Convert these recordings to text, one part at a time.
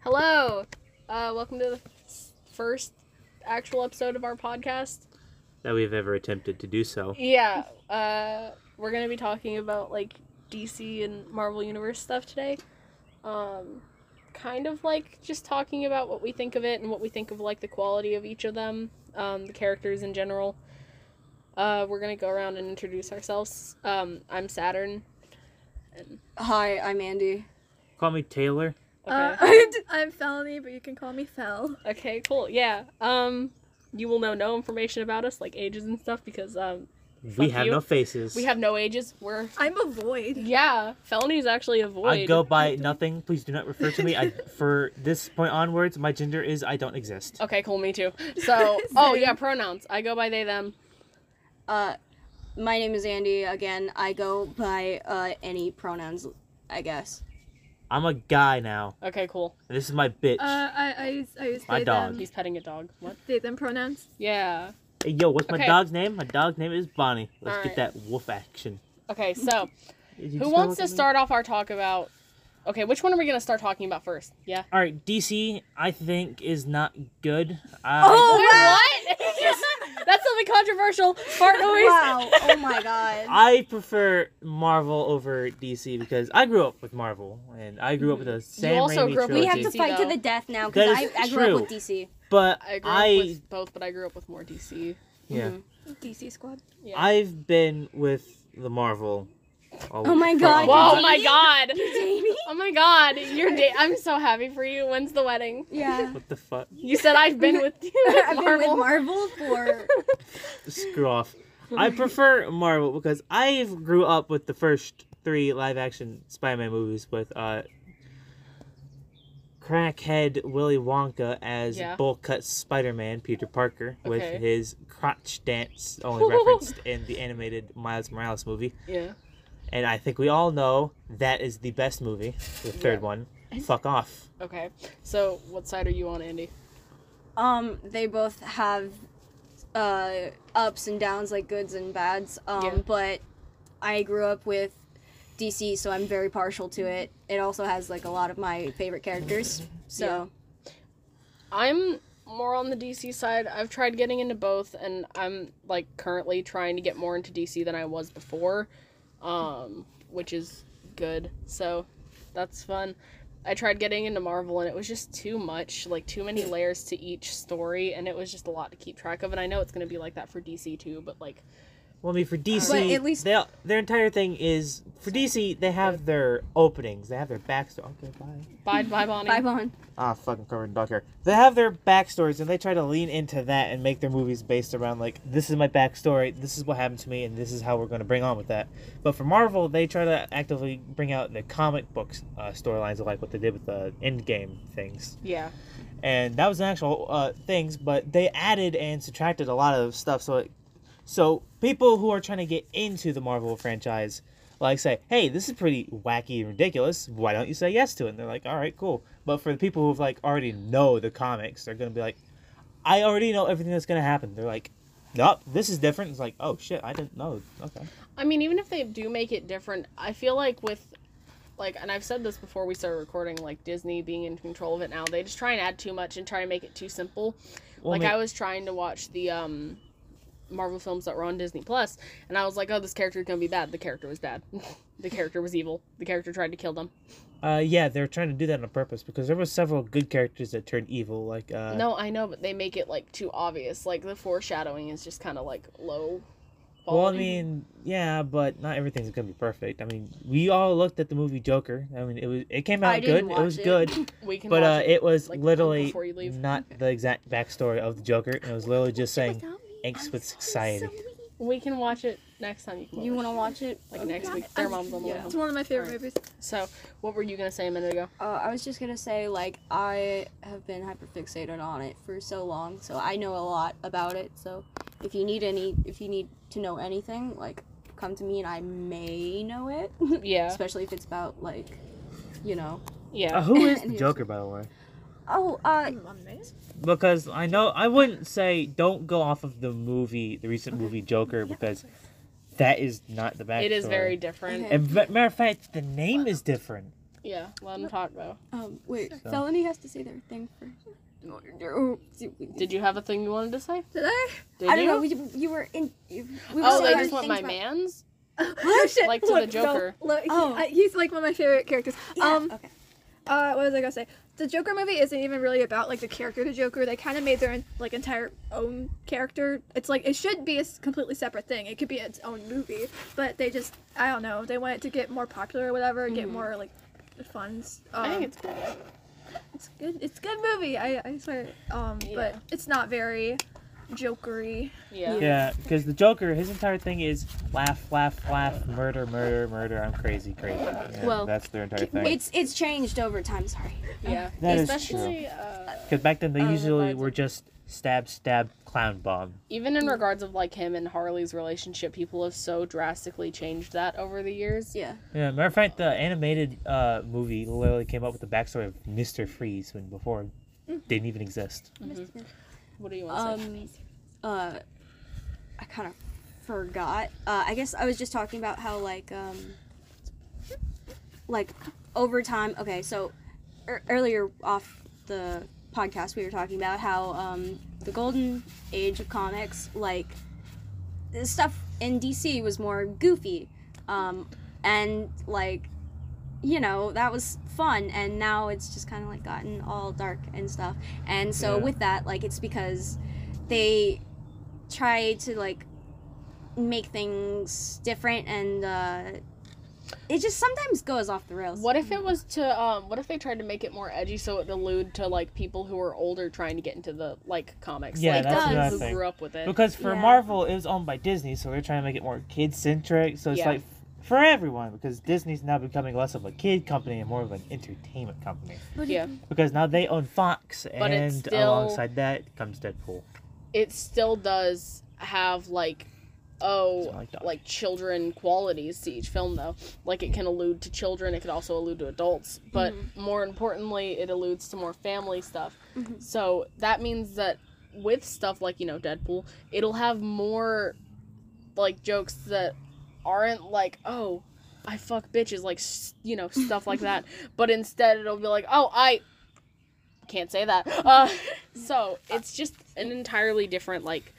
Hello. Uh, welcome to the first actual episode of our podcast. that we've ever attempted to do so. Yeah. Uh, we're gonna be talking about like DC and Marvel Universe stuff today. Um, kind of like just talking about what we think of it and what we think of like the quality of each of them, um, the characters in general. Uh, we're gonna go around and introduce ourselves. Um, I'm Saturn. And, Hi, I'm Andy. Call me Taylor. okay. Uh, I'm, I'm Felony, but you can call me Fel. Okay, cool. Yeah. Um, you will know no information about us, like ages and stuff, because um, we Fuck have you. no faces. we have no ages. We're I'm a void. yeah. Felony is actually a void. I go by nothing. Please do not refer to me. I for this point onwards, my gender is I don't exist. Okay, cool. Me too. So, oh Same. yeah, pronouns. I go by they them. Uh, my name is Andy. Again, I go by uh, any pronouns, I guess. I'm a guy now. Okay, cool. and This is my bitch. Uh, I, I use, I use My they, dog. them, He's petting a dog. What? they, them pronouns. Yeah. hey, yo, what's my okay. dog's name? My dog's name is Bonnie. Let's Alright. get that wolf action. Okay, so You just who wants wanna look to at me? start off our talk about? Okay, which one are we gonna start talking about first? Yeah. All right, DC. I think is not good. I, Oh, Wait, wow. what? That's something controversial. Fart noise. Wow. Oh my god. I prefer Marvel over DC because I grew up with Marvel and I grew up with the Sam Mm, also Raimi grew up with We have trilogy, to DC, fight to though. the death now because That I, is I grew up with true. DC. but I grew I up with both, but I grew up with more DC. yeah. DC Squad. Yeah. I've been with the Marvel. all- Oh my for God, Whoa, all- Dating? my god. Jamie? Oh my god. You're da- I'm so happy for you. When's the wedding? Yeah. What the fuck? You said I've been with you. at I've been Marvel. with Marvel for. Screw off. I prefer Marvel because I grew up with the first three live action Spider Man movies with uh, crackhead Willy Wonka as Yeah. bowl cut Spider Man Peter Parker with Okay. his crotch dance only referenced in the animated Miles Morales movie. yeah. And I think we all know that is the best movie, the third one. Fuck off. Okay. So, what side are you on, Andy? Um, they both have uh, ups and downs, like goods and bads. Um, Yeah. but I grew up with DC, so I'm very partial to it. It also has like a lot of my favorite characters. So. Yeah. I'm more on the DC side. I've tried getting into both and I'm like currently trying to get more into DC than I was before. Um, which is good. So, that's fun. I tried getting into Marvel and it was just too much, like too many layers to each story and it was just a lot to keep track of and I know it's going to be like that for DC too, but like Well, I mean, for DC, But at least- they, their entire thing is for DC. They have their openings. They have their backstory. Okay, bye. bye bye Bonnie. Bye, Vaughn. Ah, fucking covered in dark hair. They have their backstories, and they try to lean into that and make their movies based around like this is my backstory, this is what happened to me, and this is how we're going to bring on with that. But for Marvel, they try to actively bring out the comic books uh, storylines, like what they did with the Endgame things, Yeah. and that was an actual uh, things. But they added and subtracted a lot of stuff, so it so people who are trying to get into the Marvel franchise, like say, "Hey, this is pretty wacky and ridiculous. Why don't you say yes to it?" And they're like, "All right, cool." But for the people who've like already know the comics, they're gonna be like, "I already know everything that's gonna happen." They're like, "Nope, this is different." It's like, "Oh shit, I didn't know." Okay. I mean, even if they do make it different, I feel like with like and I've said this before we started recording, like Disney being in control of it now, they just try and add too much and try to make it too simple. Well, like I mean- I was trying to watch the um Marvel films that were on Disney Plus, and I was like, "Oh, this character's gonna be bad." The character was bad. the character was evil. The character tried to kill them. Uh, yeah, they're trying to do that on purpose because there were several good characters that turned evil. Like, uh, no, I know, but they make it like too obvious. Like the foreshadowing is just kind of like low. well, I quality. mean, yeah, but not everything's gonna be perfect. I mean, we all looked at the movie Joker. I mean, it was it came I out didn't good. It watch was it. good. we can. But uh, watch it. it was like, literally before you leave. not the exact backstory of the Joker. It was literally just saying angst with society. we can watch it next time. You can. You watch want to watch it? like next week. Their mom's on the way home. It's one of my favorite Alright. movies. So, what were you gonna say a minute ago? Uh, I was just gonna say, like, I have been hyperfixated on it for so long, so I know a lot about it. So, if you need any, if you need to know anything, like, come to me and I may know it. Yeah, Especially if it's about like, you know. yeah. Uh, who is And the here's- Joker, by the way? Oh, uh, Because I know I wouldn't say don't go off of the movie, the recent movie Joker, because that is not the backstory. it is very different. Okay. And ma- matter of fact, the name is different. Yeah, let him talk though. Um, wait, So- Felony has to say their thing first. Did you have a thing you wanted to say? Did I? Did I don't you? know. You, you were in. You, we were Oh, saying they I just our want things my about- man's. Oh shit! Like to the Look, no, Joker. look, he- Oh. I- he's like one of my favorite characters. Yeah, Um, okay. uh, what was I gonna say? The Joker movie isn't even really about like the character of the Joker. They kind of made their en- like entire own character. It's like it should be a s- completely separate thing. It could be its own movie, but they just I don't know. They want it to get more popular or whatever, get more like funds. Um, Mm-hmm. I think it's cool. though. it's good. It's a good movie. I I swear. Um, but Yeah. it's not very jokery. Yeah. Yeah, because the Joker, his entire thing is laugh, laugh, laugh, murder, murder, murder. I'm crazy, crazy. Yeah, Well, that's their entire thing. It's it's changed over time. Sorry. Yeah. That is Especially uh, Because back then they Oh, usually regards were just stab, stab, clown bomb. even in regards of like him and Harley's relationship, people have so drastically changed that over the years. Yeah. Yeah, matter of fact, the animated uh, movie literally came up with the backstory of Mister Freeze when before Mm. didn't even exist. What do you want to say? Um, uh, I kind of forgot. Uh, I guess I was just talking about how like um, like over time. Okay, so ear earlier off the podcast, we were talking about how um, the golden age of comics, like the stuff in DC, was more goofy, um, and like you know that was fun and now it's just kind of like gotten all dark and stuff and so Yeah. with that like it's because they try to like make things different and uh it just sometimes goes off the rails What if it was to um what if they tried to make it more edgy so it allude to like people who are older trying to get into the like comics? Yeah, like, that's people another who thing. grew up with it. Because for Yeah. Marvel, it was owned by Disney, so they're trying to make it more kid centric. So it's Yeah. like f- for everyone, because Disney's now becoming less of a kid company and more of an entertainment company. yeah. Because now they own Fox, But and it's still- alongside that comes Deadpool. It still does have like oh Something like like, that. children qualities to each film though. Like it can allude to children, it could also allude to adults, but more importantly, it alludes to more family stuff. So that means that with stuff like, you know, Deadpool, it'll have more like jokes that aren't like, oh, I fuck bitches, like, s- you know, stuff like that. But instead, it'll be like, oh, I can't say that. Uh, so it's just an entirely different, like,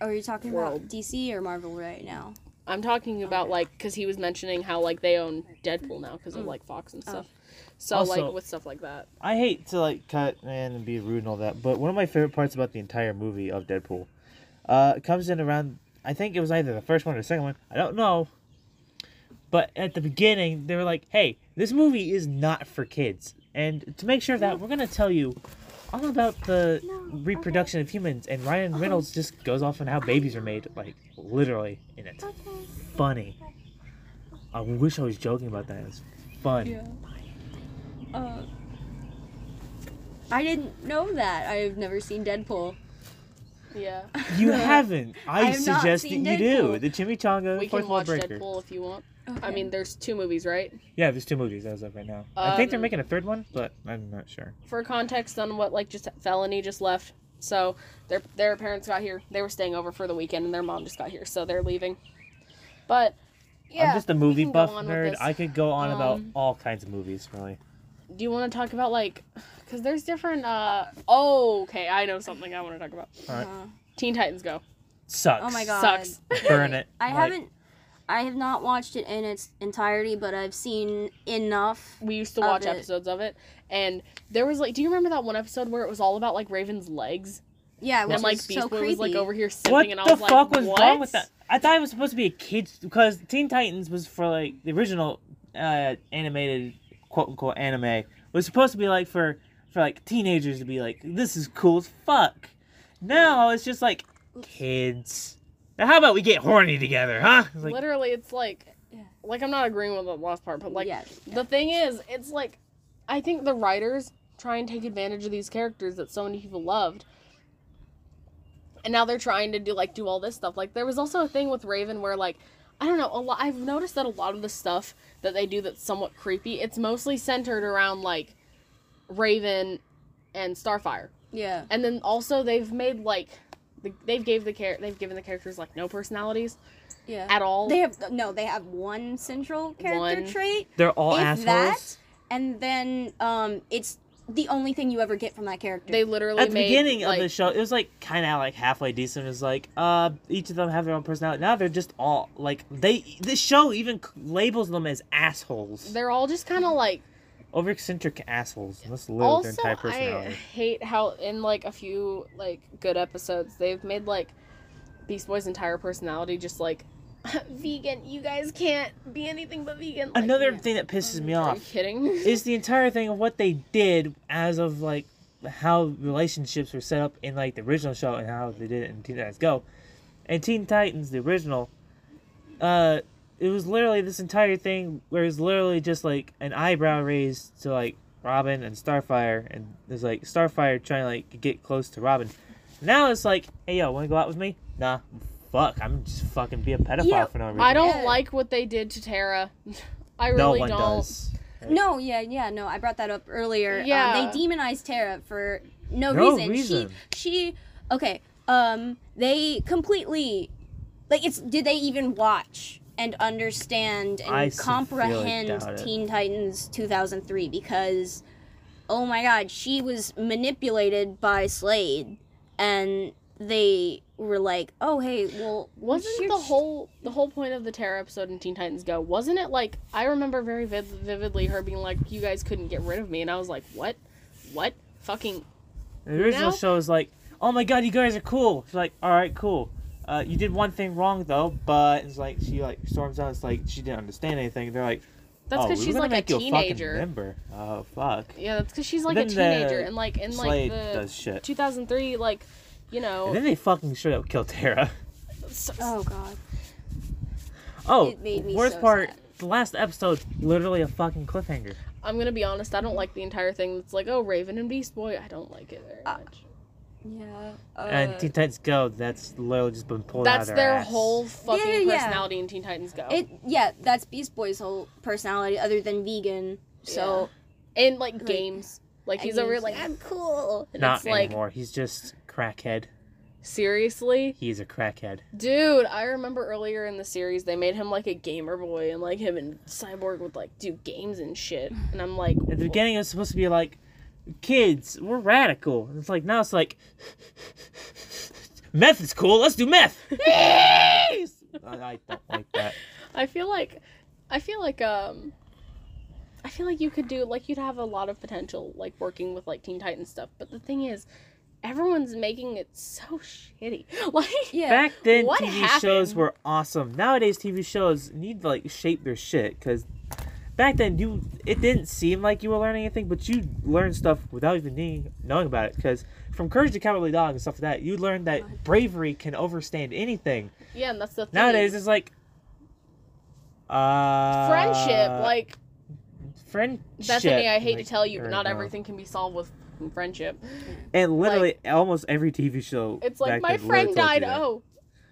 are you talking World. about dc or marvel right now I'm talking about, like, because he was mentioning how, like, they own Deadpool now because of, like, Fox and stuff. So, Also- like, with stuff like that. I hate to like cut in and be rude and all that, but one of my favorite parts about the entire movie of Deadpool, uh, comes in around. I think it was either the first one or the second one. I don't know. But at the beginning, they were like, "Hey, this movie is not for kids," and to make sure of that, we're gonna tell you all about the reproduction of humans. And Ryan Reynolds just goes off on how babies are made, like literally, and it's funny. I wish I was joking about that. It's fun. uh i didn't know that i've never seen deadpool Yeah. You haven't. I I, have not suggest that seen you do. Deadpool. The Chimichanga We Fourth can Wall watch Breaker. Deadpool if you want. I Okay. mean, there's two movies, right? Yeah, there's two movies as of right now. I think they're Um, making a third one, but I'm not sure. for context on what like just felony just left. So their their parents got here. They were staying over for the weekend, and their mom just got here, so they're leaving. But yeah, I'm just a we movie can go buff on with nerd. this. I could go on about Um, all kinds of movies, really. Do you want to talk about like, because there's different. uh Oh, okay, I know something I want to talk about. All right. Uh, Teen Titans Go Sucks. oh my god sucks. Burn it. i Like, haven't i have not watched it in its entirety but i've seen enough We used to Of watch it. episodes of it, and there was like, do you remember that one episode where it was all about like Raven's legs yeah which and like is Beast so Boy creepy was like over here sipping, What and I the was like, fuck was what? wrong with that? I thought it was supposed to be a kids because Teen Titans was for like the original uh, animated quote unquote anime was supposed to be like for for like teenagers to be like this is cool as fuck. Now it's just like kids. Now how about we get horny together, huh? It's Like, Literally, it's like, Yeah. like I'm not agreeing with the last part, but like, yeah The thing is, it's like I think the writers try and take advantage of these characters that so many people loved. And now they're trying to do like do all this stuff. Like there was also a thing with Raven where like I don't know, a lot I've noticed that a lot of the stuff that they do that's somewhat creepy, it's mostly centered around like Raven and Starfire. yeah And then also they've made like the, they've gave the char- they've given the characters like no personalities yeah at all. They have no. They have one central character One. trait. they're all if assholes. that, and then um, it's the only thing you ever get from that character. They literally At the made, beginning like, of the show, it was like kind of like halfway decent. It was like, uh, each of them have their own personality. Now they're just all like they. The show even c- labels them as assholes, They're all just kind of like. over eccentric assholes. Let's live their Also, entire I personality. hate how in like a few like good episodes they've made like Beast Boy's entire personality just like vegan. You guys can't be anything but vegan. Like, Another yeah. thing that pisses me Are you off kidding? is the entire thing of what they did as of like how relationships were set up in like the original show and how they did it in Teen Titans Go. And Teen Titans, the original, uh, it was literally this entire thing where it's literally just like an eyebrow raised to like Robin and Starfire, and there's like Starfire trying to like get close to Robin. Now it's like, hey yo, want to go out with me? Nah, fuck, I'm just fucking be a pedophile Yeah, for no reason. I don't Yeah. like what they did to Tara. I really no one don't. does. No, yeah, yeah, no. I brought that up earlier. Um, Yeah. they demonized Tara for no, No reason. reason. She, she, okay. Um, they completely, like, it's. Did they even watch and understand and I sincerely comprehend doubt it. Teen Titans 2003? Because, oh my God, she was manipulated by Slade, and they were like, oh hey, well, Wasn't she- the whole the whole point of the Tara episode in Teen Titans Go? Wasn't it like I remember very vid- vividly her being like, "You guys couldn't get rid of me," and I was like, "What? What? Fucking The original No. show is like, oh my god, you guys are cool. She's like, all right, cool. Uh, you did one thing wrong though, but it's like she like storms out. It's like she didn't understand anything. They're like, That's oh, because we she's were gonna like a make you fucking teenager. member. Oh fuck. yeah, that's because she's like a Then the teenager, and like in like Slade the does shit. 2003, like you And know, then they fucking straight up kill Tara. s- Oh God. Oh, It made me worst so part, sad. the last episode, literally a fucking cliffhanger. I'm gonna be honest, I don't like the entire thing. That's like, oh, Raven and Beast Boy. I don't like it very Uh, much. Yeah. Uh, and Teen Titans Go, that's literally just been pulled out That's of their, their ass. whole fucking Yeah, yeah, yeah. personality in Teen Titans Go. It yeah, that's Beast Boy's whole personality other than vegan. So in like games. Like I he's over here mean, like I'm cool. And Not it's like anymore. He's just crackhead. seriously? He's a crackhead. Dude, I remember earlier in the series they made him like a gamer boy and like him and Cyborg would like do games and shit. And I'm like At the beginning, it was supposed to be like, kids, we're radical. And it's like, now it's like, meth is cool, let's do meth. I, I don't like that. I feel like I feel like um I feel like you could do like you'd have a lot of potential like working with like Teen Titans stuff. But the thing is everyone's making it so shitty. Like yeah. Back then, What TV shows happened? were awesome. Nowadays, TV shows need to like shape their shit because back then you it didn't seem like you were learning anything, but you learned stuff without even needing, knowing about it. Because from Courage to Cowardly Dog and stuff like that, you learned that bravery can overstand anything. yeah, and that's the thing. Nowadays, it's like. Uh, friendship, like friendship. Bethany, I hate like, to tell you, but or not no. everything can be solved with friendship. And literally, almost every TV show. It's like back my then literally friend told you died. that. Oh,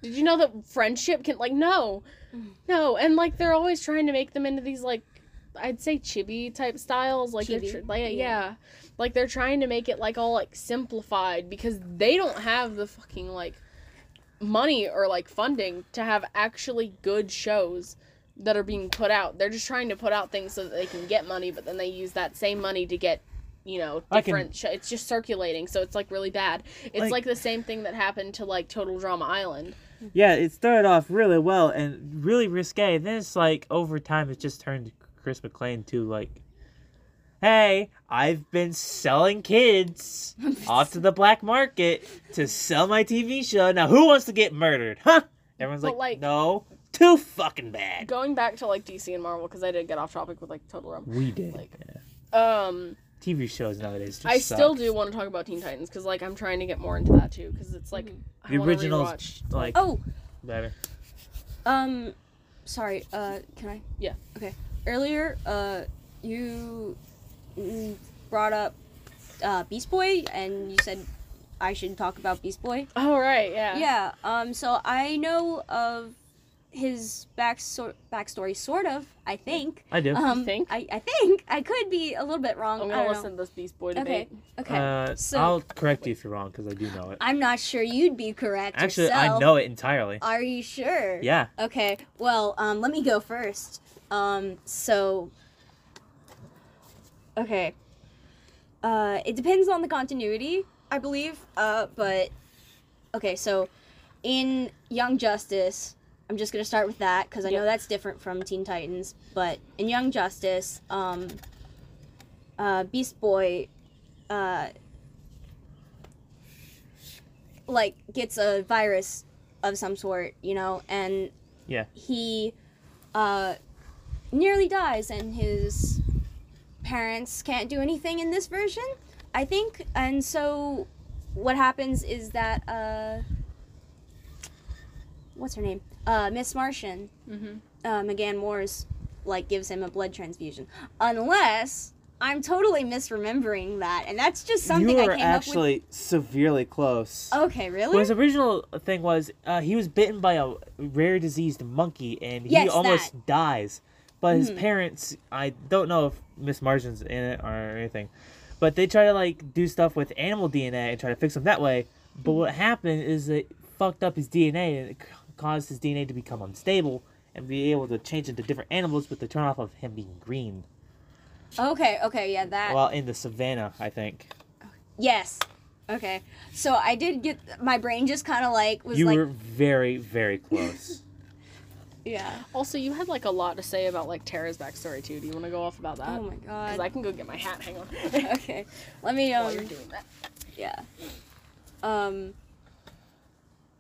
did you know that friendship can like no, Mm. no, and like they're always trying to make them into these like I'd say chibi type styles. Like they're Chibi, tr- like, yeah. yeah. like they're trying to make it like all like simplified because they don't have the fucking like money or like funding to have actually good shows that are being put out. They're just trying to put out things so that they can get money, but then they use that same money to get you know I can- different sho- it's just circulating so it's like really bad it's Like- like, the same thing that happened to like total drama island Yeah, it started off really well and really risque. Then it's like over time, it just turned Chris McClain to like, "Hey, I've been selling kids off to the black market to sell my TV show. Now who wants to get murdered? Huh?" Everyone's But, like, like- "No, too fucking bad." going back to like dc and marvel because i did get off topic with like total drama We did. Like- yeah. um TV shows nowadays. Just i still suck. do want to talk about teen titans because like i'm trying to get more into that too because it's like I The wanna originals, rewatch. like Oh, better. um sorry, uh can I? Yeah. Okay. Earlier, uh you mm, brought up uh Beast Boy and you said I should talk about Beast Boy. oh right yeah Yeah. Um so I know of his back backstory sort of, I think. I do. Um think? I, I think I could be a little bit wrong. i'm I gonna don't listen to this beast boy know. debate Okay. Okay. uh, so- I'll correct you if you're wrong because I do know it. I'm not sure you'd be correct. Actually, yourself. I know it entirely. Are you sure? Yeah. Okay. Well, um, let me go first. Um, so Okay. Uh, it depends on the continuity, I believe. Uh, but okay, so in Young Justice, I'm just gonna start with that because I know Yep. that's different from Teen Titans. But in Young Justice, um, uh, Beast Boy, uh, like gets a virus of some sort, you know, and Yeah. he uh, nearly dies, and his parents can't do anything in this version, I think. And so, what happens is that uh, what's her name, uh, Miss Martian, Mhm. uh, McGann Moore's, like gives him a blood transfusion, unless. I'm totally misremembering that, and that's just something you I were came actually severely close. up with. Okay, really? Well, his original thing was uh, he was bitten by a rare diseased monkey and he Yes, Hmm. almost dies. But his parents, I don't know if Miss Martian's in it or anything, but they try to like do stuff with animal DNA and try to fix him that way. But what happened is it fucked up his DNA and it c- caused his DNA to become unstable and be able to change into different animals with the turn off of him being green Okay, okay, yeah, that. while in the savannah, I think. Yes. Okay. So I did get my brain just kind of like was You like were very, very close. yeah. Also, you had like a lot to say about like Tara's backstory too. Do you want to go off about that? Oh my Because god. I can go get my hat. Hang on. okay. Let me While you're um doing that. yeah. Um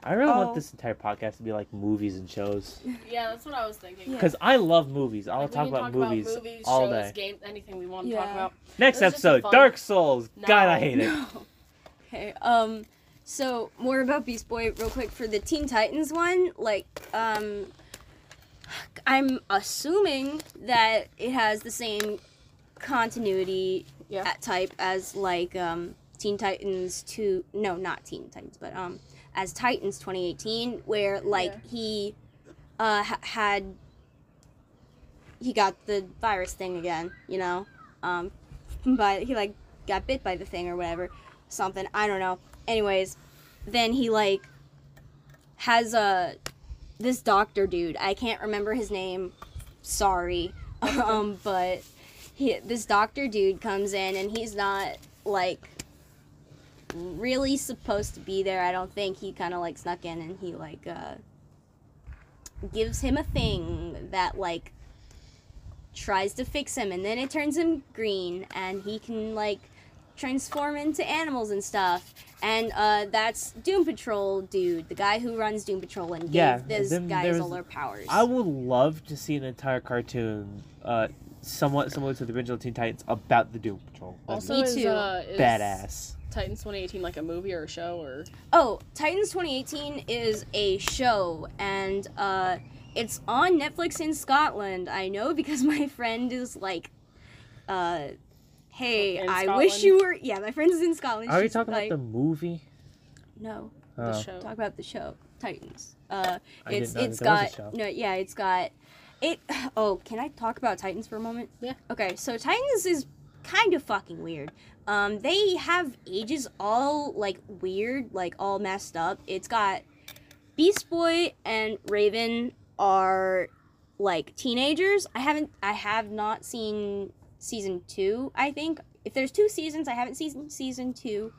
I really Oh. want this entire podcast to be like movies and shows Yeah, that's what I was thinking. Yeah. because I love movies. I'll Like, we talk, can about, movies all shows, day. Game, anything we want to Yeah. talk about. Next This is just a episode, fun- Dark Souls. No. God, I hate it. no. Okay. Um so more about Beast Boy real quick for the Teen Titans one, like um I'm assuming that it has the same continuity Yeah. at type as like um, Teen Titans two no not Teen Titans but um as Titans 2018 where like Yeah. he uh ha- had he got the virus thing again you know um but he like got bit by the thing or whatever something I don't know anyways then he like has a this doctor dude I can't remember his name sorry um but he, this doctor dude comes in and he's not like really supposed to be there i don't think he kind of like snuck in and he like uh gives him a thing that like tries to fix him and then it turns him green and he can like transform into animals and stuff and uh that's doom patrol dude the guy who runs doom patrol and gave Yeah, this then guy there's- all their powers I would love to see an entire cartoon, uh, somewhat similar to the original Teen Titans, about the Doom Patrol. That'd Also, Me is, too. uh, be is badass. Titans 2018 like a movie or a show or? Oh, Titans 2018 is a show, and uh, it's on Netflix in Scotland. I know because my friend is like, uh, hey, In I wish Scotland? you were. Yeah, my friend is in Scotland. Are we She's talking like, about the movie? No, The Oh. show. talk about the show Titans. Uh, I didn't it's know that it's there was a got show. no, yeah, it's got it. Oh, can I talk about Titans for a moment? Yeah. Okay, so Titans is kind of fucking weird. Um, they have ages all like weird, like all messed up. It's got Beast Boy and Raven are like teenagers. I haven't, I have not seen season two. I think if there's two seasons, I haven't seen season two.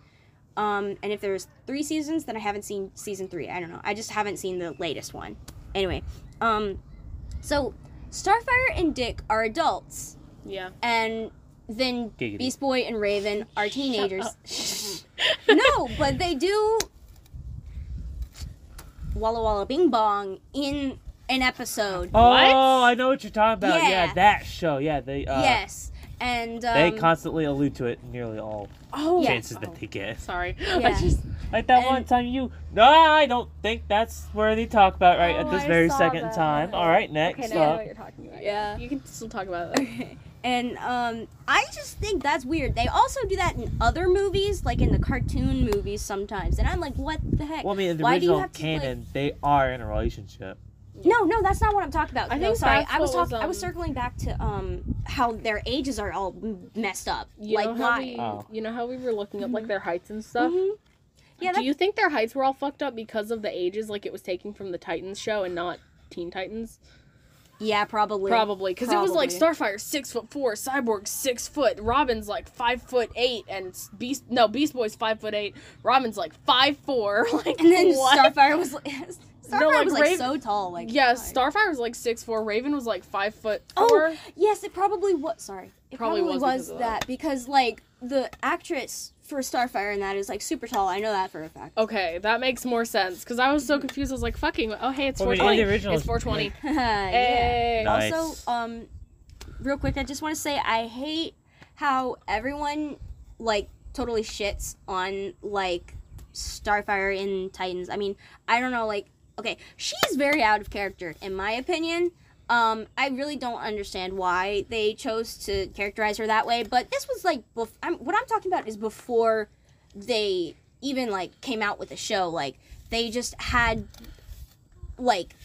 Um, and if there's three seasons, then I haven't seen season three. I don't know. I just haven't seen the latest one. Anyway, um, so Starfire and Dick are adults, Yeah. and then Giggity. Beast Boy and Raven are teenagers. no, but they do Walla Walla Bing Bong in an episode. Oh, What? I know what you're talking about. Yeah, Yeah. that show. Yeah, they. Uh, yes, and um, They constantly allude to it nearly all Oh. Yeah. chances that they get. Sorry. I Yeah. just. Like that And- one time you. No, I don't think that's where they talk about right Oh, at this I very saw second that. time. All right, next Okay, now I know up. what you're talking about. yeah. You can still talk about that. and um, I just think that's weird. They also do that in other movies, like in the cartoon movies sometimes. And I'm like, what the heck? Well, I mean, in the Why do you original have to, like- canon, they are in a relationship. No, no, that's not what I'm talking about. I no, think sorry. that's I was what was, talking. I was um, circling back to um how their ages are all m- messed up. You like know how why? we, Oh. you know how we were looking up like their heights and stuff. Mhm. Yeah, Do that's, you think their heights were all fucked up because of the ages, like it was taking from the Titans show and not Teen Titans? Yeah, probably. Probably, because it was like Probably. Starfire six foot four, Cyborg six foot, Robin's like five foot eight, and s- Beast no Beast Boy's five foot eight, Robin's like five four, like And then what? Starfire was like, Starfire like, was like Raven- so tall. Like yeah, God. Starfire was like six four, Raven was like five foot Oh, four. Yes, it probably was. Sorry, it Probably probably, was was, because of that. that. because like the actress for Starfire in that is like super tall. I know that for a fact. Okay, that makes more sense because I was Mm. so confused. I was like, "Fucking oh hey, it's Well, I four mean, twenty. in the original- It's four twenty. Eh, yeah. Hey, No. Nice. Also, um, real quick, I just want to say I hate how everyone like totally shits on like Starfire in Titans. I mean, I don't know, like, okay, she's very out of character in my opinion. Um, I really don't understand why they chose to characterize her that way, but this was like, bef- I'm, what I'm talking about is before they even like came out with the show. Like, they just had like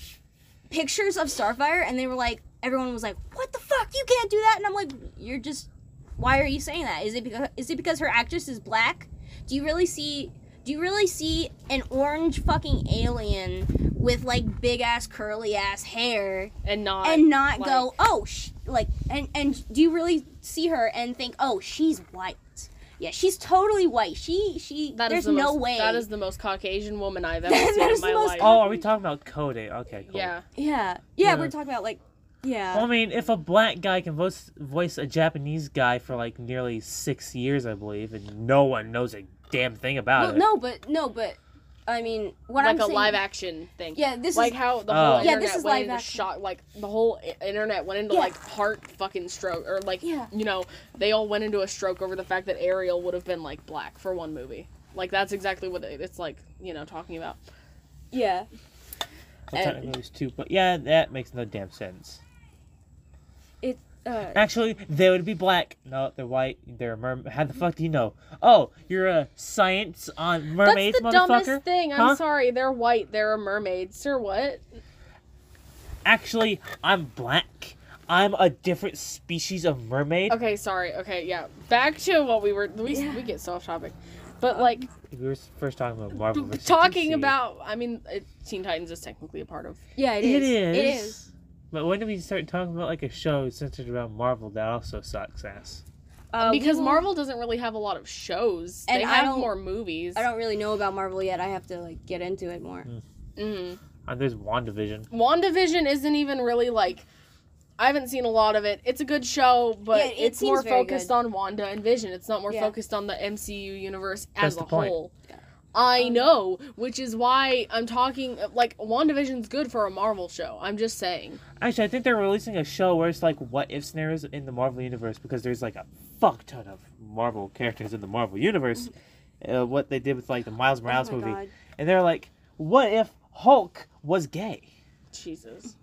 pictures of Starfire, and they were like, everyone was like, "What the fuck? You can't do that!" And I'm like, "You're just, why are you saying that? Is it because is it because her actress is black? Do you really see? Do you really see an orange fucking alien with like big ass curly ass hair and not and not like- go, oh, sh-, like, and and do you really see her and think, oh, she's white? Yeah, she's totally white. She she. That is there's the no most, way. That is the most Caucasian woman I've ever That seen in is the my most life. Oh, are we talking about coding? Okay, cool. yeah, yeah. yeah, Yeah. We're talking about like, yeah. Well, I mean, if a black guy can voice voice a Japanese guy for like nearly six years, I believe, and no one knows a damn thing about Well, it. no, but no, but I mean, what like I'm a saying, live action thing. Yeah, this like is how the Oh. whole internet Yeah, this is went live into action. shock. Like the whole i- internet went into Yeah. like heart fucking stroke, or like Yeah. you know they all went into a stroke over the fact that Ariel would have been like black for one movie. Like that's exactly what it- it's like. You know, talking about. yeah. Well, technically it was two, but yeah, that makes no damn sense. It uh Actually, they would be black. No, they're white. They're a mermaid. How the fuck do you know? Oh, you're a science on mermaids, that's the motherfucker. dumbest thing. I'm Huh? sorry. They're white. They're a mermaid. Sir, what? Actually, I'm black. I'm a different species of mermaid. Okay, sorry. Okay, yeah. Back to what we were. We Yeah. Um, we get so off topic, but like We were first talking about Marvel. versus talking DC. about. I mean, it, Teen Titans is technically a part of yeah, it is. It is. But when did we start talking about like a show centered around Marvel that also sucks ass? Uh, we because will- Marvel doesn't really have a lot of shows. And they I have don't- more movies. I don't really know about Marvel yet. I have to like get into it more. Mm. Uh, there's WandaVision. WandaVision isn't even really like. I haven't seen a lot of it. It's a good show, but Yeah, it it's seems more very focused good. on Wanda and Vision. It's not more Yeah. focused on the MCU universe That's as the a point. whole. Yeah. I Um, know, which is why I'm talking like WandaVision's good for a Marvel show. I'm just saying. Actually, I think they're releasing a show where it's like what if scenarios in the Marvel universe because there's like a fuck ton of Marvel characters in the Marvel universe. Uh, what they did with like the Miles Morales oh my movie, god. and they're like, what if Hulk was gay? Jesus.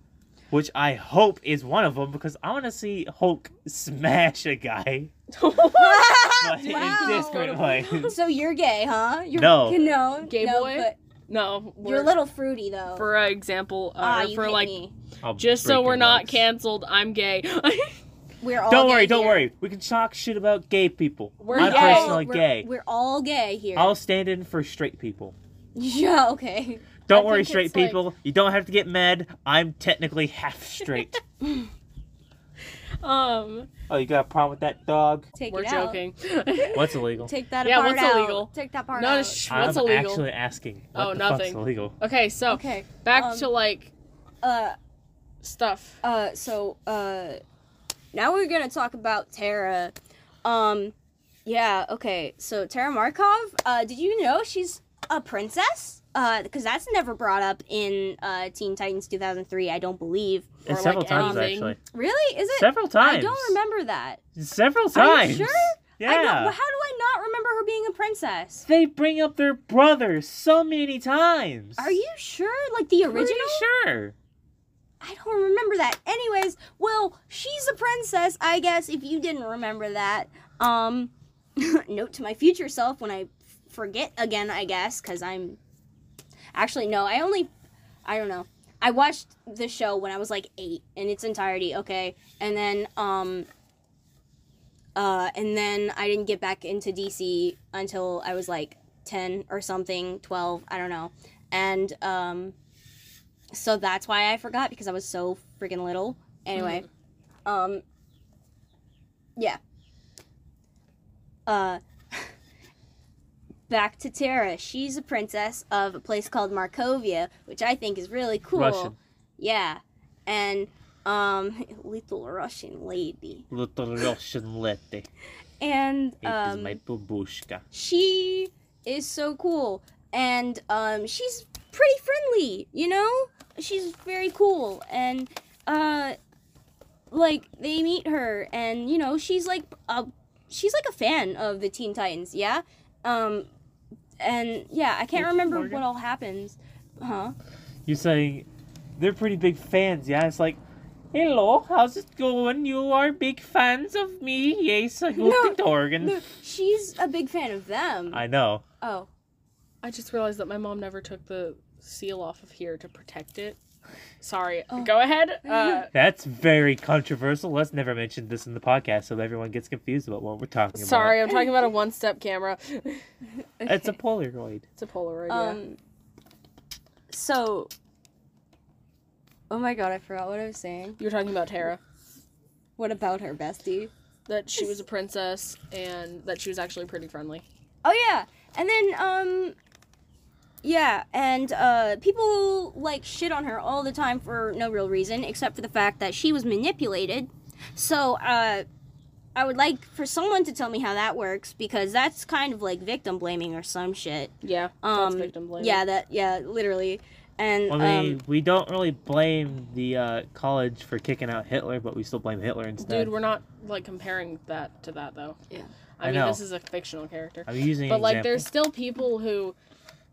Which I hope is one of them because I want to see Hulk smash a guy like, Wow. in different ways. so you're gay, huh? You're, No. No. Gay no, boy? But no, you're a we're- little fruity though. for example, uh, Ah, you for hit like me. I'll just so break we're your not legs. canceled, I'm gay. We're all. don't gay worry, don't here. worry. We can talk shit about gay people. We're I'm gay. all- personally we're- gay. We're all gay here. I'll stand in for straight people. yeah. Okay. Don't I worry, think straight it's like- people. You don't have to get mad. I'm technically half straight. um, oh, you got a problem with that dog? Take we're it out. joking. What's illegal? Take that Yeah, apart what's out. illegal? Take that part no, out. sh- I'm what's illegal? actually asking. What Oh, the nothing. Fuck's illegal? Okay, so okay. back um, to like Uh. stuff. Uh, so uh, now we're gonna talk about Tara. Um, yeah, okay. So Tara Markov. Uh, did you know she's a princess? Uh, because that's never brought up in uh Teen Titans 2003. I don't believe. Or, And several like, times anything. actually. Really? Is it? Several times. I don't remember that. Several Are you times. sure? Yeah. I don't, well, how do I not remember her being a princess? They bring up their brother so many times. Are you sure? Like the original? Pretty sure. I don't remember that. Anyways, well, she's a princess, I guess, if you didn't remember that. Um, note to my future self when I forget again, I guess, because I'm. Actually, no, I only. I don't know. I watched the show when I was like eight in its entirety, okay? And then, um. Uh, and then I didn't get back into DC until I was like 10 or something, 12, I don't know. And, um. So that's why I forgot because I was so freaking little. Anyway, Mm-hmm. um, yeah. Uh, back to Tara. She's a princess of a place called Markovia, which I think is really cool. Russian. Yeah, and um, little Russian lady, Little Russian lady. and It is um, my babushka. she is so cool and um she's pretty friendly you know she's very cool and uh like they meet her and you know she's like a she's like a fan of the teen titans yeah um and yeah i can't Yes, remember Morgan? what all happens huh You're saying they're pretty big fans, yeah? It's like, hello, how's it going? You are big fans of me? Yes, I go No, to Dorgan. no, she's a big fan of them I know. oh I just realized that my mom never took the seal off of here to protect it. Sorry. Oh. Go ahead. Uh, That's very controversial. Let's never mention this in the podcast so everyone gets confused about what we're talking sorry, I'm talking about a one-step camera. it's about. It's a Polaroid. a Polaroid. yeah. Um. So. Oh my god, I forgot what I was saying. You were talking about Tara. What about her bestie? That she was a princess and that she was actually pretty friendly. Oh yeah, and then um. Yeah, and uh, people like shit on her all the time for no real reason, except for the fact that she was manipulated. So uh, I would like for someone to tell me how that works because that's kind of like victim blaming or some shit. Yeah. Um, that's victim blaming. Yeah, that yeah, literally. And I um, mean, we don't really blame the uh, college for kicking out Hitler, but we still blame Hitler instead. Dude, we're not like comparing that to that though. Yeah. I, I mean, know. this is a fictional character. I'm using But an like, example. there's still people who,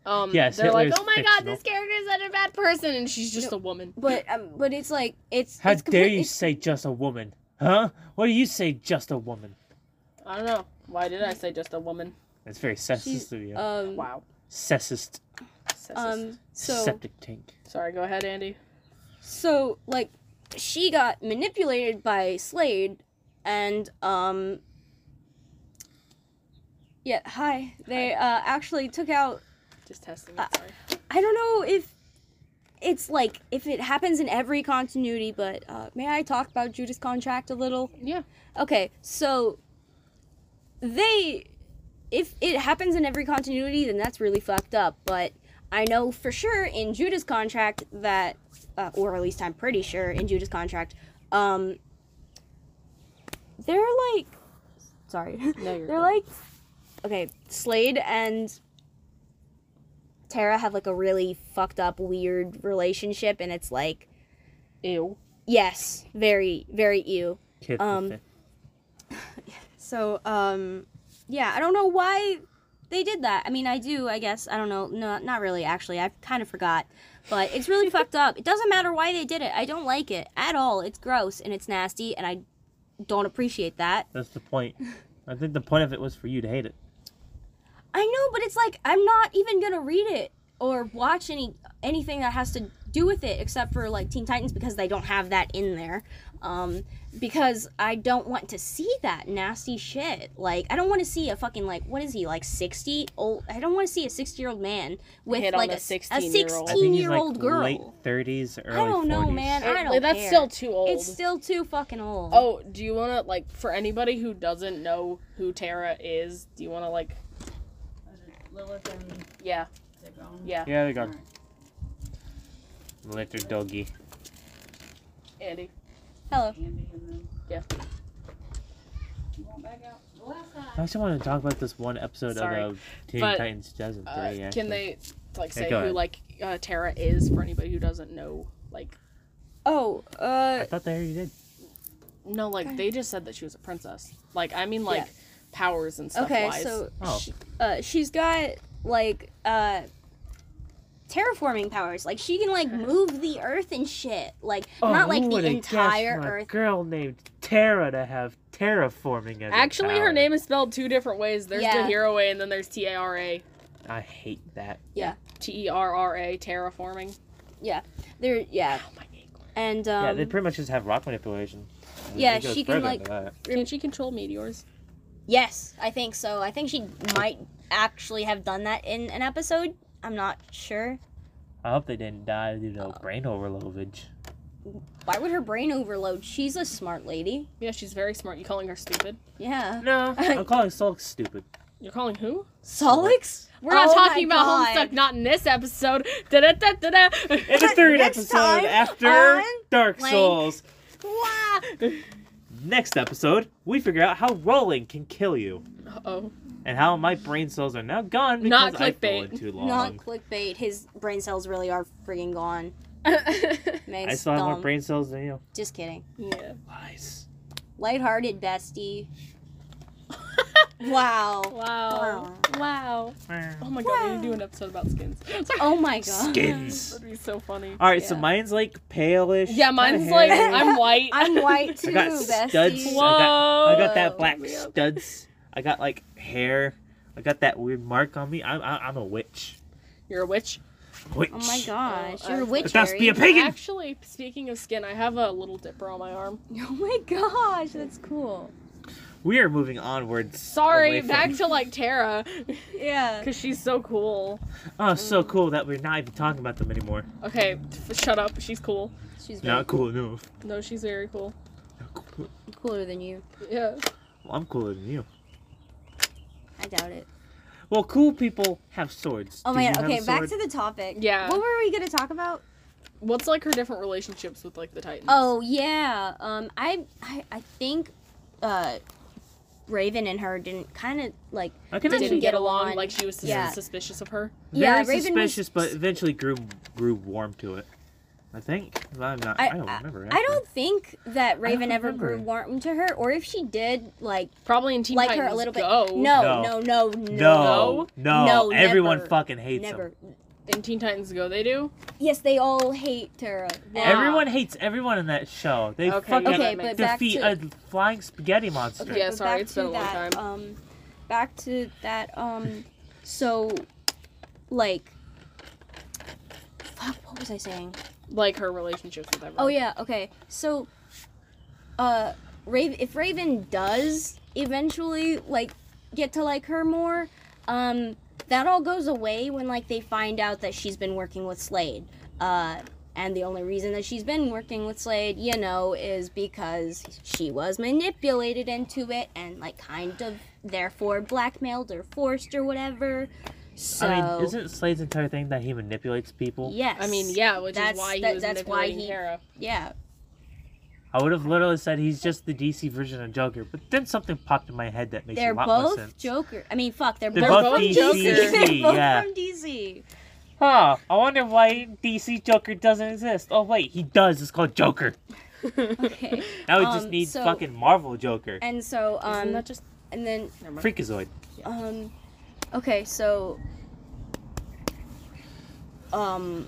um, Yes, they're Hitler like, is oh my god, fictional. this character is such a bad person, and she's just No. a woman. but um, but it's like it's How it's dare complete- you it's- say just a woman? Huh? What do you say just a woman? I don't know. Why did I say just a woman? That's very sexist of you. um Wow. sexist. Um, um so Septic tank. Sorry, go ahead, Andy. so like she got manipulated by Slade and um yeah hi they uh actually took out Just testing. Uh, It, sorry. I don't know if it's like if it happens in every continuity but uh may I talk about Judas contract a little Yeah. Okay, so they if it happens in every continuity, then that's really fucked up, but I know for sure in Judah's contract that uh, or at least I'm pretty sure in Judah's contract um they're like sorry. No, you're. They're good. like, okay, Slade and Tara have like a really fucked up, weird relationship, and it's like, ew. yes, very, very ew. Kid Um, with it. So, um, yeah, I don't know why they did that. I mean, I do, I guess. I don't know. No, not really, actually. I kind of forgot. But it's really fucked up. It doesn't matter why they did it. I don't like it at all. It's gross and it's nasty, and I don't appreciate that. That's the point. I think the point of it was for you to hate it. I know, but it's like I'm not even gonna read it or watch any anything that has to do with it except for like Teen Titans because they don't have that in there. Um, because I don't want to see that nasty shit. Like I don't want to see a fucking like what is he like sixty old? I don't want to see a sixty year old man with Hit on like a a sixteen 16-year-old. I I think he's year like old girl. late 30s, early I don't know, 40s. man. I It- don't that's care. still too old. It's still too fucking old. Oh, do you want to like for anybody who doesn't know who Tara is? Do you want to like? Lilith and Yeah. they're gone. Yeah. Yeah, they got Little doggy. Andy. hello. Andy and them. Yeah. You want back out? Go I outside. actually want to talk about this one episode Sorry. of the Teen But, Titans 2003. Uh, actually. can they like Yeah, say go who ahead. like uh, Tara is for anybody who doesn't know? Like Oh, I uh, thought they already did. no, like they just said that she was a princess. Like I mean like powers and stuff. okay. wise. So Oh, uh, she's got like uh terraforming powers like she can like move the earth and shit like not like Oh, who the would've entire guessed my earth girl named Tara to have terraforming as a Actually, her power? name is spelled two different ways. There's Yeah. the hero way, and then there's T A R A, I hate that. T E R R A, terraforming. there yeah Oh my acorn. and um yeah, they pretty much just have rock manipulation. It Yeah, goes she can, further like- than that. Can she control meteors? yes i think so i think she might actually have done that in an episode i'm not sure I hope they didn't die due to Uh. brain overloadage. Why would her brain overload? She's a smart lady. Yeah, she's very smart. You calling her stupid? Yeah. No, I'm calling Sulk stupid. You're calling who? Solix? We're not Oh my talking about God. Homestuck, not in this episode. Da-da-da-da-da. In the third Next episode time after on Dark Blank. Souls. Wah! Next episode, we figure out how rolling can kill you, Uh-oh. and how my brain cells are now gone because Not I've clickbait. rolled too long. Not clickbait. His brain cells really are freaking gone. Meg's I still have more dumb. brain cells than you. Just kidding. yeah. Lies. Lighthearted bestie. wow. Wow. Wow. Oh my god, we need to do an episode about skins. Sorry. Oh my god. Skins. That'd be so funny. All right, so Yeah. mine's like palish. Yeah, kinda mine's hairy. like I'm white. I'm white too, I got bestie. studs. Whoa. I got, I got that Whoa. black studs. I got like hair. I got that weird mark on me. I'm I, I'm a witch. You're a witch. Witch. Oh my gosh. Oh, You're I- a witch. That's be a Harry. pagan. Actually, speaking of skin, I have a little dipper on my arm. Oh my gosh, that's cool. We are moving onwards. Sorry, away from- back to like Tara, Yeah. because she's so cool. Oh, so cool that we're not even talking about them anymore. Okay, f- shut up. She's cool. She's very Not cool enough. No, she's very cool. Not cool. cooler than you. Yeah. Well, I'm cooler than you. I doubt it. Well, cool people have swords. Oh Do my you god. have a Okay, back sword? to the topic. Yeah. What were we gonna talk about? What's like her different relationships with like the Titans? Oh yeah. Um, I I, I think, uh, Raven and her didn't kind of like. I didn't, can didn't actually get get along. along. Like she was sus- Yeah. suspicious of her. Yeah, very Raven was- suspicious, but eventually grew grew warm to it. I think. I'm not. I, I- don't remember. I don't think that Raven don't ever grew remember. warm to her, or if she did, like Probably in Teen like Titans her a little bit. Go. No, no, no, no, No, no, No, no, everyone never, fucking hates never. him. In Teen Titans Go, they do. Yes, they all hate Tara. Yeah. Everyone hates everyone in that show. They Okay, fucking yeah, Okay, that makes but back defeat to- a flying spaghetti monster. Okay. Yeah, but sorry, back it's been to a long that, time. Um, back to that. Um, so, like, fuck. What was I saying? Like her relationships with everyone. Oh yeah. Okay. So, uh, Raven. If Raven does eventually like get to like her more, um, that all goes away when like they find out that she's been working with Slade. Uh, and the only reason that she's been working with Slade, you know, is because she was manipulated into it and like kind of therefore blackmailed or forced or whatever. So. I mean, isn't Slade's entire thing that he manipulates people? Yes. I mean, yeah, which That's- is why he that- was that's why manipulating he- Tara. Yeah. I would have literally said he's just the DC version of Joker, but then something popped in my head that makes They're a lot more sense. both Joker. I mean, fuck, they're, They're, both, both, both DC. Joker. They're both yeah. from DC. Huh. I wonder why DC Joker doesn't exist. Oh wait, he does. It's called Joker. Okay. Now we just Um, need so- fucking Marvel Joker. And so, Isn't um, that just and then, never mind. Freakazoid. um, okay, so, um,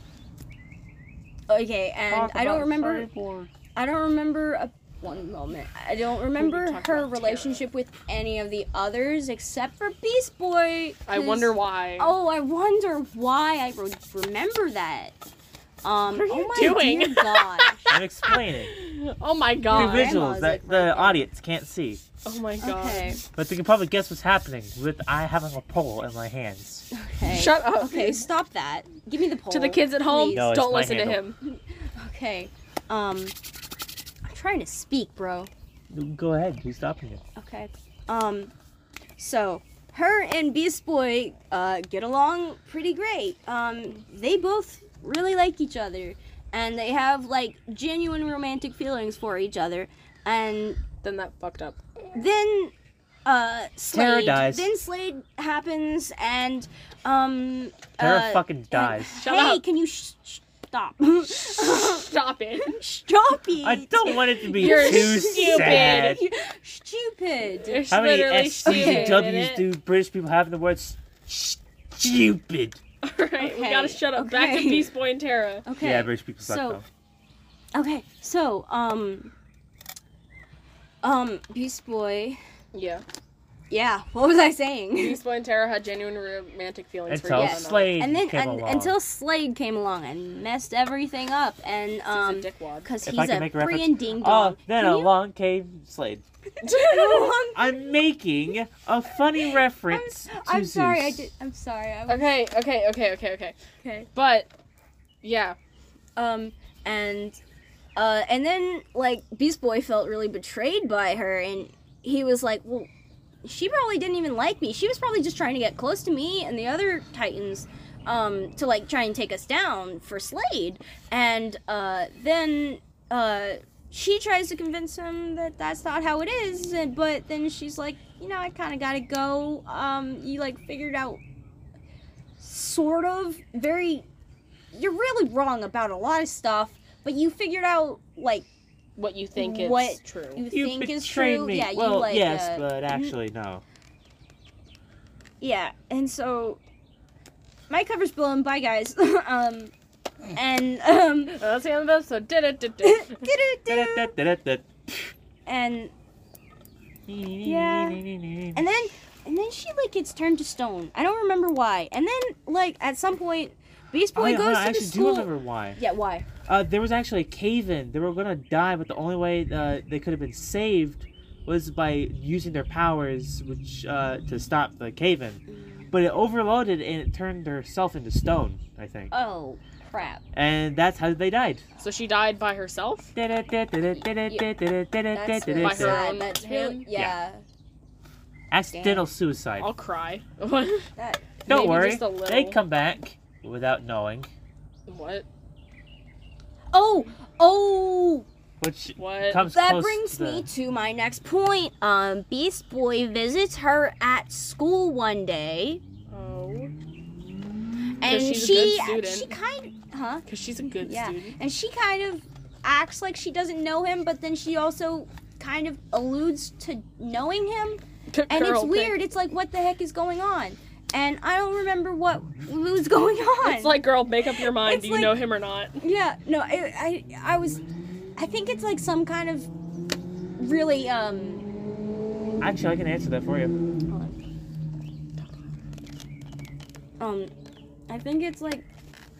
okay, and I don't remember, I don't remember a, one moment. I don't remember talk her about relationship with any of the others except for Beast Boy. I 'cause- wonder why. Oh, I wonder why I re- remember that. Um, What are you oh my doing? dear God. I'm explaining. Oh my Through god. visuals Grandma's, that like, the right there. audience can't see, Oh my god. okay. but they can probably guess what's happening with I having a pole in my hands. Okay. Shut up. Okay, stop that. Give me the poll. To the kids at home, Please. No, it's don't my listen to handle. him. Okay. Um, I'm trying to speak, bro. Go ahead. Who's stopping you? Okay. Um, so her and Beast Boy uh, get along pretty great. Um, they both really like each other, and they have like genuine romantic feelings for each other. And Then that fucked up. then uh, Slade. Tara dies. Then Slade happens, and um, Tara uh, fucking dies. Shut hey, up. can you sh- sh- stop? Stop it. Stop it! I don't want it to be You're too stupid. sad. Stupid. It's How many literally S's and stupid, W's innit? do British people have in the words stupid? Alright, we Okay, gotta shut up. Back to okay. Beast Boy and Tara. Okay. Yeah, British people suck so- though. okay. So, um, um, Beast Boy. Yeah. Yeah. What was I saying? Beast Boy and Tara had genuine romantic feelings Until for each other. Slade and then came and, along. until Slade came along and messed everything up, and He's um, a dickwad. because If he's I can a make a reference- freaking ding Oh, dong. then Can you- along came Slade. I'm making a funny reference to I'm sorry. I Zeus. did. I'm sorry. I was, Okay, okay, okay, okay, okay. okay. But Yeah. Um, and uh, and then like Beast Boy felt really betrayed by her, and he was like, "Well, she probably didn't even like me. She was probably just trying to get close to me and the other Titans." Um, to like try and take us down for Slade, and uh, then uh, she tries to convince him that that's not how it is. and- But then she's like, you know, I kind of gotta go. Um, you like figured out, sort of, very you're really wrong about a lot of stuff, but you figured out like What you think is What- true. you, think is true. Yeah, well, you like yes, uh, but actually no. yeah, and so my cover's blown. Bye, guys. um, and um, That's the end of the episode. doo-doo-doo. Da-da-da-da-da. and And then and then she like gets turned to stone. I don't remember why. And then like at some point, Beast Oh, Boy yeah, hold goes on, to I the actually do school. remember why. Yeah, why? Uh, there was actually a cave-in. They were gonna die, but the only way uh, they could have been saved was by using their powers, which uh, to stop the cave-in. But it overloaded and it turned herself into stone, I think. Uh, Oh crap. And that's how they died. So she died by herself? That's By her really sad. own That's hand? really yeah. Accidental suicide. I'll cry. That Don't maybe worry, just a little. they come back without knowing. what? Oh oh Which What? comes that close brings to the- me to my next point. Um, Beast Boy visits her at school one day, Oh. and she's a she good student. she kind huh Because she's a good yeah, student. and she kind of acts like she doesn't know him, but then she also kind of alludes to knowing him, Girl, and it's thank- weird. It's like what the heck is going on, and I don't remember what was going on. It's like, girl, make up your mind. It's Do you like- know him or not? Yeah, no, I, I, I was, I think it's like some kind of really, um, Actually, I can answer that for you. hold on. um, I think it's like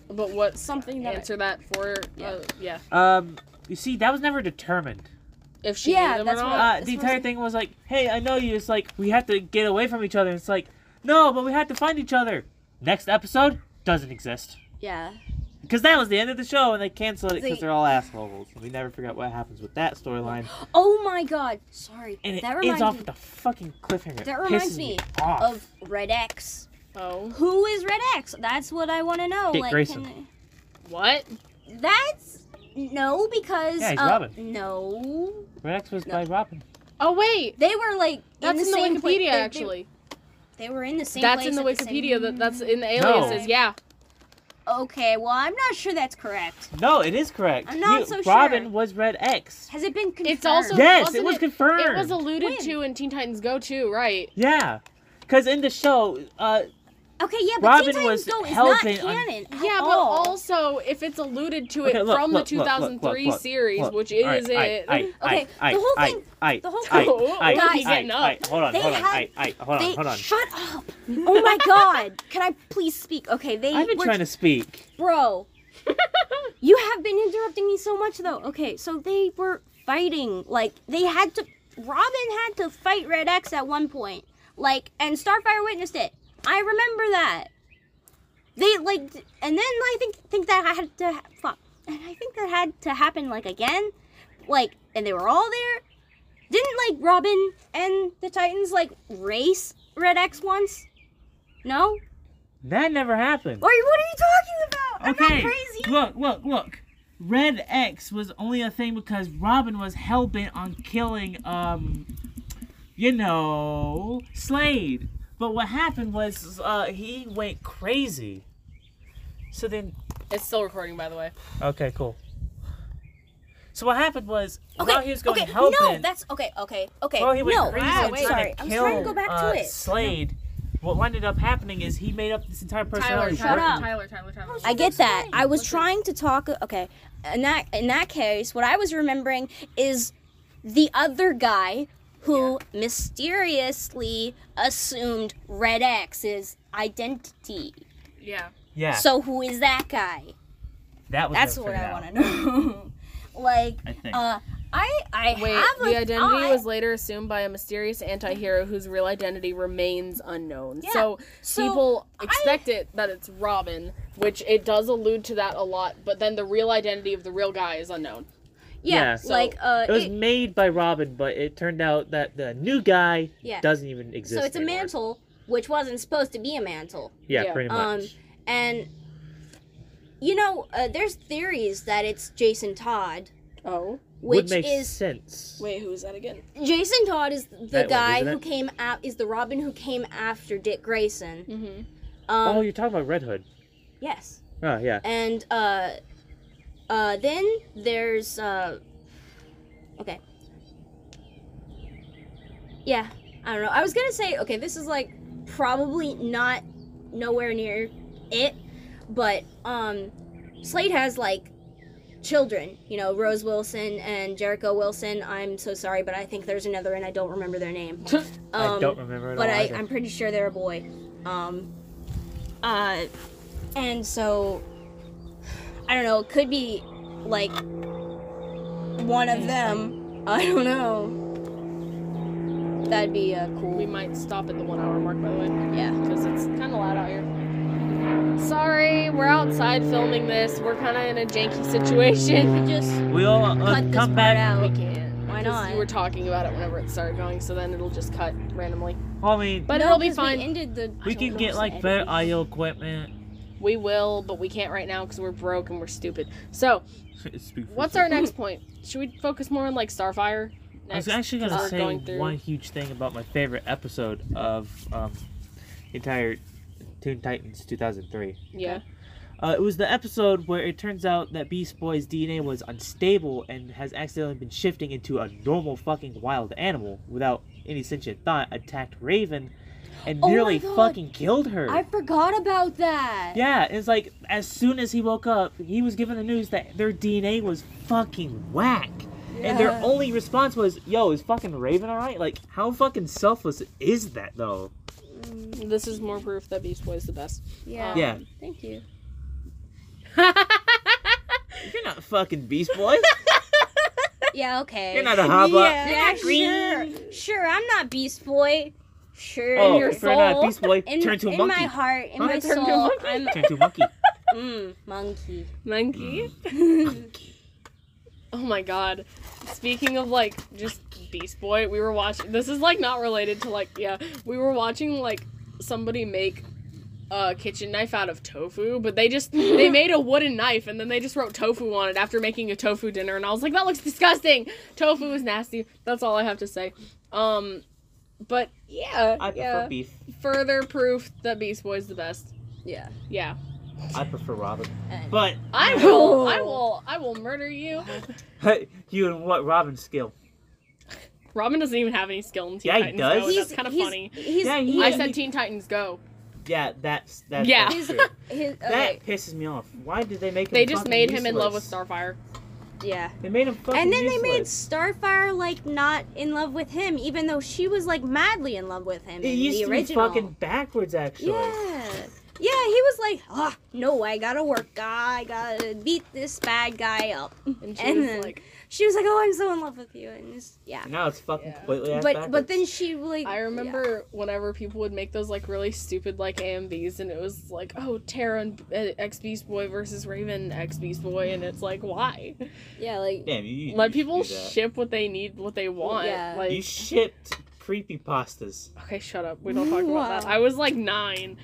But what? something that Answer that for. Yeah. Yeah. yeah. Um, you see, that was never determined. If she Yeah, knew him or that's what- not. Uh, This the was- entire thing was like, hey, I know you. It's like we have to get away from each other. It's like, no, but we had to find each other. Next episode doesn't exist yeah, because that was the end of the show, and they canceled it because See- they're all assholes. We never figure out what happens with that storyline, oh my god, sorry, and it that ends reminds off me with a fucking cliffhanger. It That reminds pisses me off. of Red X. Oh. Who is Red X? That's what I want to know. Dick like, Grayson. can- What? that's no because Yeah, he's uh, Robin. no, Red X was No. by Robin. Oh, wait. they were like That's in the, same Wikipedia, pla- they- they- actually. They, were in the same. That's place in the at same- Wikipedia. That that's in the aliases. Yeah. Okay, well, I'm not sure that's correct. No, it is correct. I'm not so sure. Robin was Red X. Has it been confirmed? It's also Yes, it wasn't was it- confirmed. It was alluded When? to in Teen Titans Go too, right? yeah, because in the show, uh, okay. Yeah, but Robin Teen was Titans Go is not helping on- canon. at Yeah, but all. also if it's alluded to it Okay, look, from look, the look, look, 2003 look, look, series, look. which is Alright, it. aight, aight, Okay, aight, the whole aight, thing- aight, the whole- aight, Oh, aight, guys, aight, getting up. aight, Hold on, They hold on, had- aight, aight, hold they on, hold on. shut up. Oh my god. Can I please speak? Okay, they I've been were trying to speak. Bro, you have been interrupting me so much though. Okay, so they were fighting. Like they had to Robin had to fight Red X at one point. Like and Starfire witnessed it. I remember that. They like and then I think think that had to ha- fuck. And I think that had to happen like again. Like and they were all there. Didn't like Robin and the Titans like race Red X once? No? That never happened. Or what are you talking about? I'm okay, not crazy. look, look, look. Red X was only a thing because Robin was hell bent on killing, um, you know, Slade. But what happened was uh, he went crazy. So then It's still recording, by the way. Okay, cool. So what happened was Okay. while he was going okay. helping, No, that's okay. Okay. Okay. while he went no. crazy wow, and wait, trying sorry. to I'm kill trying to go back uh, to it. Slade, what ended up happening is he made up this entire Tyler, personality. Tyler, shut up. Tyler, Tyler, Tyler. I get that. I was trying to talk. Okay. In that in that case, what I was remembering is the other guy who mysteriously assumed Red X's identity. Yeah. Yeah, So who is that guy? that was That's never what figured I out, want to know. like I think. uh I I Wait, have the a identity thought. was later assumed by a mysterious anti-hero whose real identity remains unknown. Yeah, So, so people I- expect it that it's Robin, which it does allude to that a lot, but then the real identity of the real guy is unknown. yeah, Yeah. So- like uh, It was it- made by Robin, but it turned out that the new guy Yeah. doesn't even exist. so it's a anymore. mantle which wasn't supposed to be a mantle. Yeah, Yeah. pretty Um, much. And you know, uh, there's theories that it's Jason Todd, Oh. which Would make is sense. Wait, who is that again? Jason Todd is the That one, guy isn't who it? came out is the Robin who came after Dick Grayson. Mhm. Um, oh, you're talking about Red Hood. yes. Oh, yeah. And uh, uh, then there's uh, okay. Yeah, I don't know. I was gonna say okay, this is like probably not nowhere near it, but um, Slade has like children. You know, Rose Wilson and Jericho Wilson. I'm so sorry, but I think there's another, and I don't remember their name. Um, I don't remember it but all. I, either. I'm pretty sure they're a boy. Um, uh, and so I don't know. It could be like one of them. I don't know. That'd be uh, We cool. might stop at the 1-hour mark by the way. Yeah. because it's kind of loud out here. Sorry, we're outside filming this. We're kind of in a janky situation. Just we'll cut uh, this come part back. out. can't. Why Because not? you were talking about it whenever it started going, so then it'll just cut randomly. I mean, But No, it'll be 'cause fine. We, We, ended the, we I can don't get know, like edit. better audio equipment. will, but we can't right now because we're broke and we're stupid. So, Speak for what's yourself. our next point? Should we focus more on like Starfire? I was Next? actually 'Cause gonna we're say going through- one huge thing about my favorite episode of um, the entire Toon Titans 2003. Yeah. Uh, it was the episode where it turns out that Beast Boy's DNA was unstable and has accidentally been shifting into a normal fucking wild animal without any sentient thought. Attacked Raven, and Oh my nearly God. fucking killed her. I forgot about that. Yeah, it's like as soon as he woke up, he was given the news that their DNA was fucking whack. And their Yeah. only response was, yo, is fucking Raven alright? Like, how fucking selfless is that though? This is more proof that Beast Boy is the best. Yeah. Yeah. Um, Thank you. You're not fucking Beast Boy. Yeah. Okay. You're not a Hobba. Yeah, sure. Sure, I'm not Beast Boy. Sure, Oh, in your if soul. you're not Beast Boy, in, turn to a in monkey. my heart, in Huh? my Turn to a soul, I'm Turn to a monkey. mm, monkey. Monkey. oh my god. Speaking of like just Beast Boy, we were watching this is like not related to like yeah, we were watching like somebody make a kitchen knife out of tofu, but they just they made a wooden knife and then they just wrote tofu on it after making a tofu dinner and I was like that looks disgusting. Tofu is nasty. That's all I have to say. Um but yeah, I prefer yeah. beef. Further proof that Beast Boy is the best. Yeah. Yeah. I prefer Robin. And- But I will I will I will murder you. hey, you and what Robin skill? Robin doesn't even have any skill in Teen Yeah, he Titans does. Go. Oh, and That's kind of he's, funny. He's, Yeah, he- he- I said Teen Titans Go. Yeah, that's that's, Yeah. that's true. his, okay, That pisses me off. Why did they make him They just fucking made him in love with useless? Starfire. yeah. They made him fucking And then they made useless. Starfire like not in love with him, even though she was like madly in love with him It in used the to original. be fucking backwards, actually. Yeah. Yeah, he was like, ah, no, I gotta work. I gotta beat this bad guy up. And she And was then- like, She was like, oh, I'm so in love with you. And just, yeah. Now it's fucking Yeah. completely ass But but backwards. then she like I remember whenever people would make those like really stupid like AMVs, and it was like, oh, Terra and uh, X Beast Boy versus Raven X Beast Boy, and it's like, why? yeah, like Damn, you, you Let should people do that. ship what they need, what they want. Yeah. Like, You shipped creepy pastas. okay, shut up. We don't talk about that. Wow. I was like nine,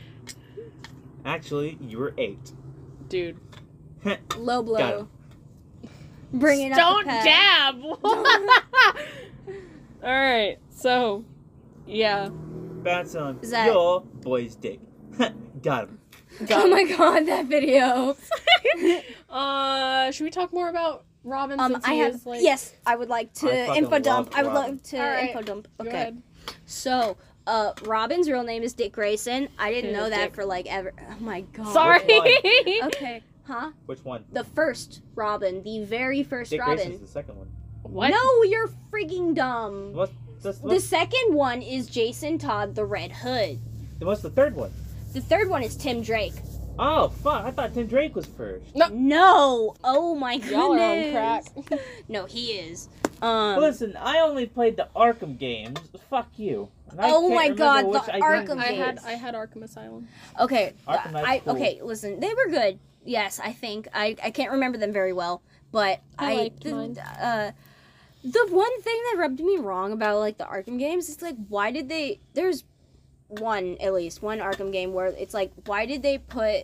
Actually, you were eight. dude. low Got blow. it. Bring it up. Don't the past. dab. All right, so yeah, Bounce on Is that- your boy's dick. Got him. Oh my god, that video. Uh, should we talk more about Robin? Um, since I he have is, like, yes, I would like to I fucking info dump. love I would Robin. love to All right, info dump. Go Okay, ahead. so uh, Robin's real name is Dick Grayson. I didn't Yeah, know that Dick. for like ever. Oh my god. Sorry. Okay. Huh? Which one? The first Robin, the very first Dick Robin. Grayson's the second one. what? No, you're freaking dumb. What's this, The what's, second one is Jason Todd, the Red Hood. what's the third one? The third one is Tim Drake. Oh, fuck. I thought Tim Drake was first. No. No! Oh my goodness. Y'all are on crack. No, he is. Um, Listen, I only played the Arkham games. Fuck you. And I Oh can't my remember God, which the I I, did. Arkham I had games. I had Arkham Asylum. Okay. Arkham Knight's I, cool. Okay, listen, they were good. Yes, I think I, I can't remember them very well, but I I, liked the, mine. uh the one thing that rubbed me wrong about like the Arkham games is like why did they there's one at least one Arkham game where it's like why did they put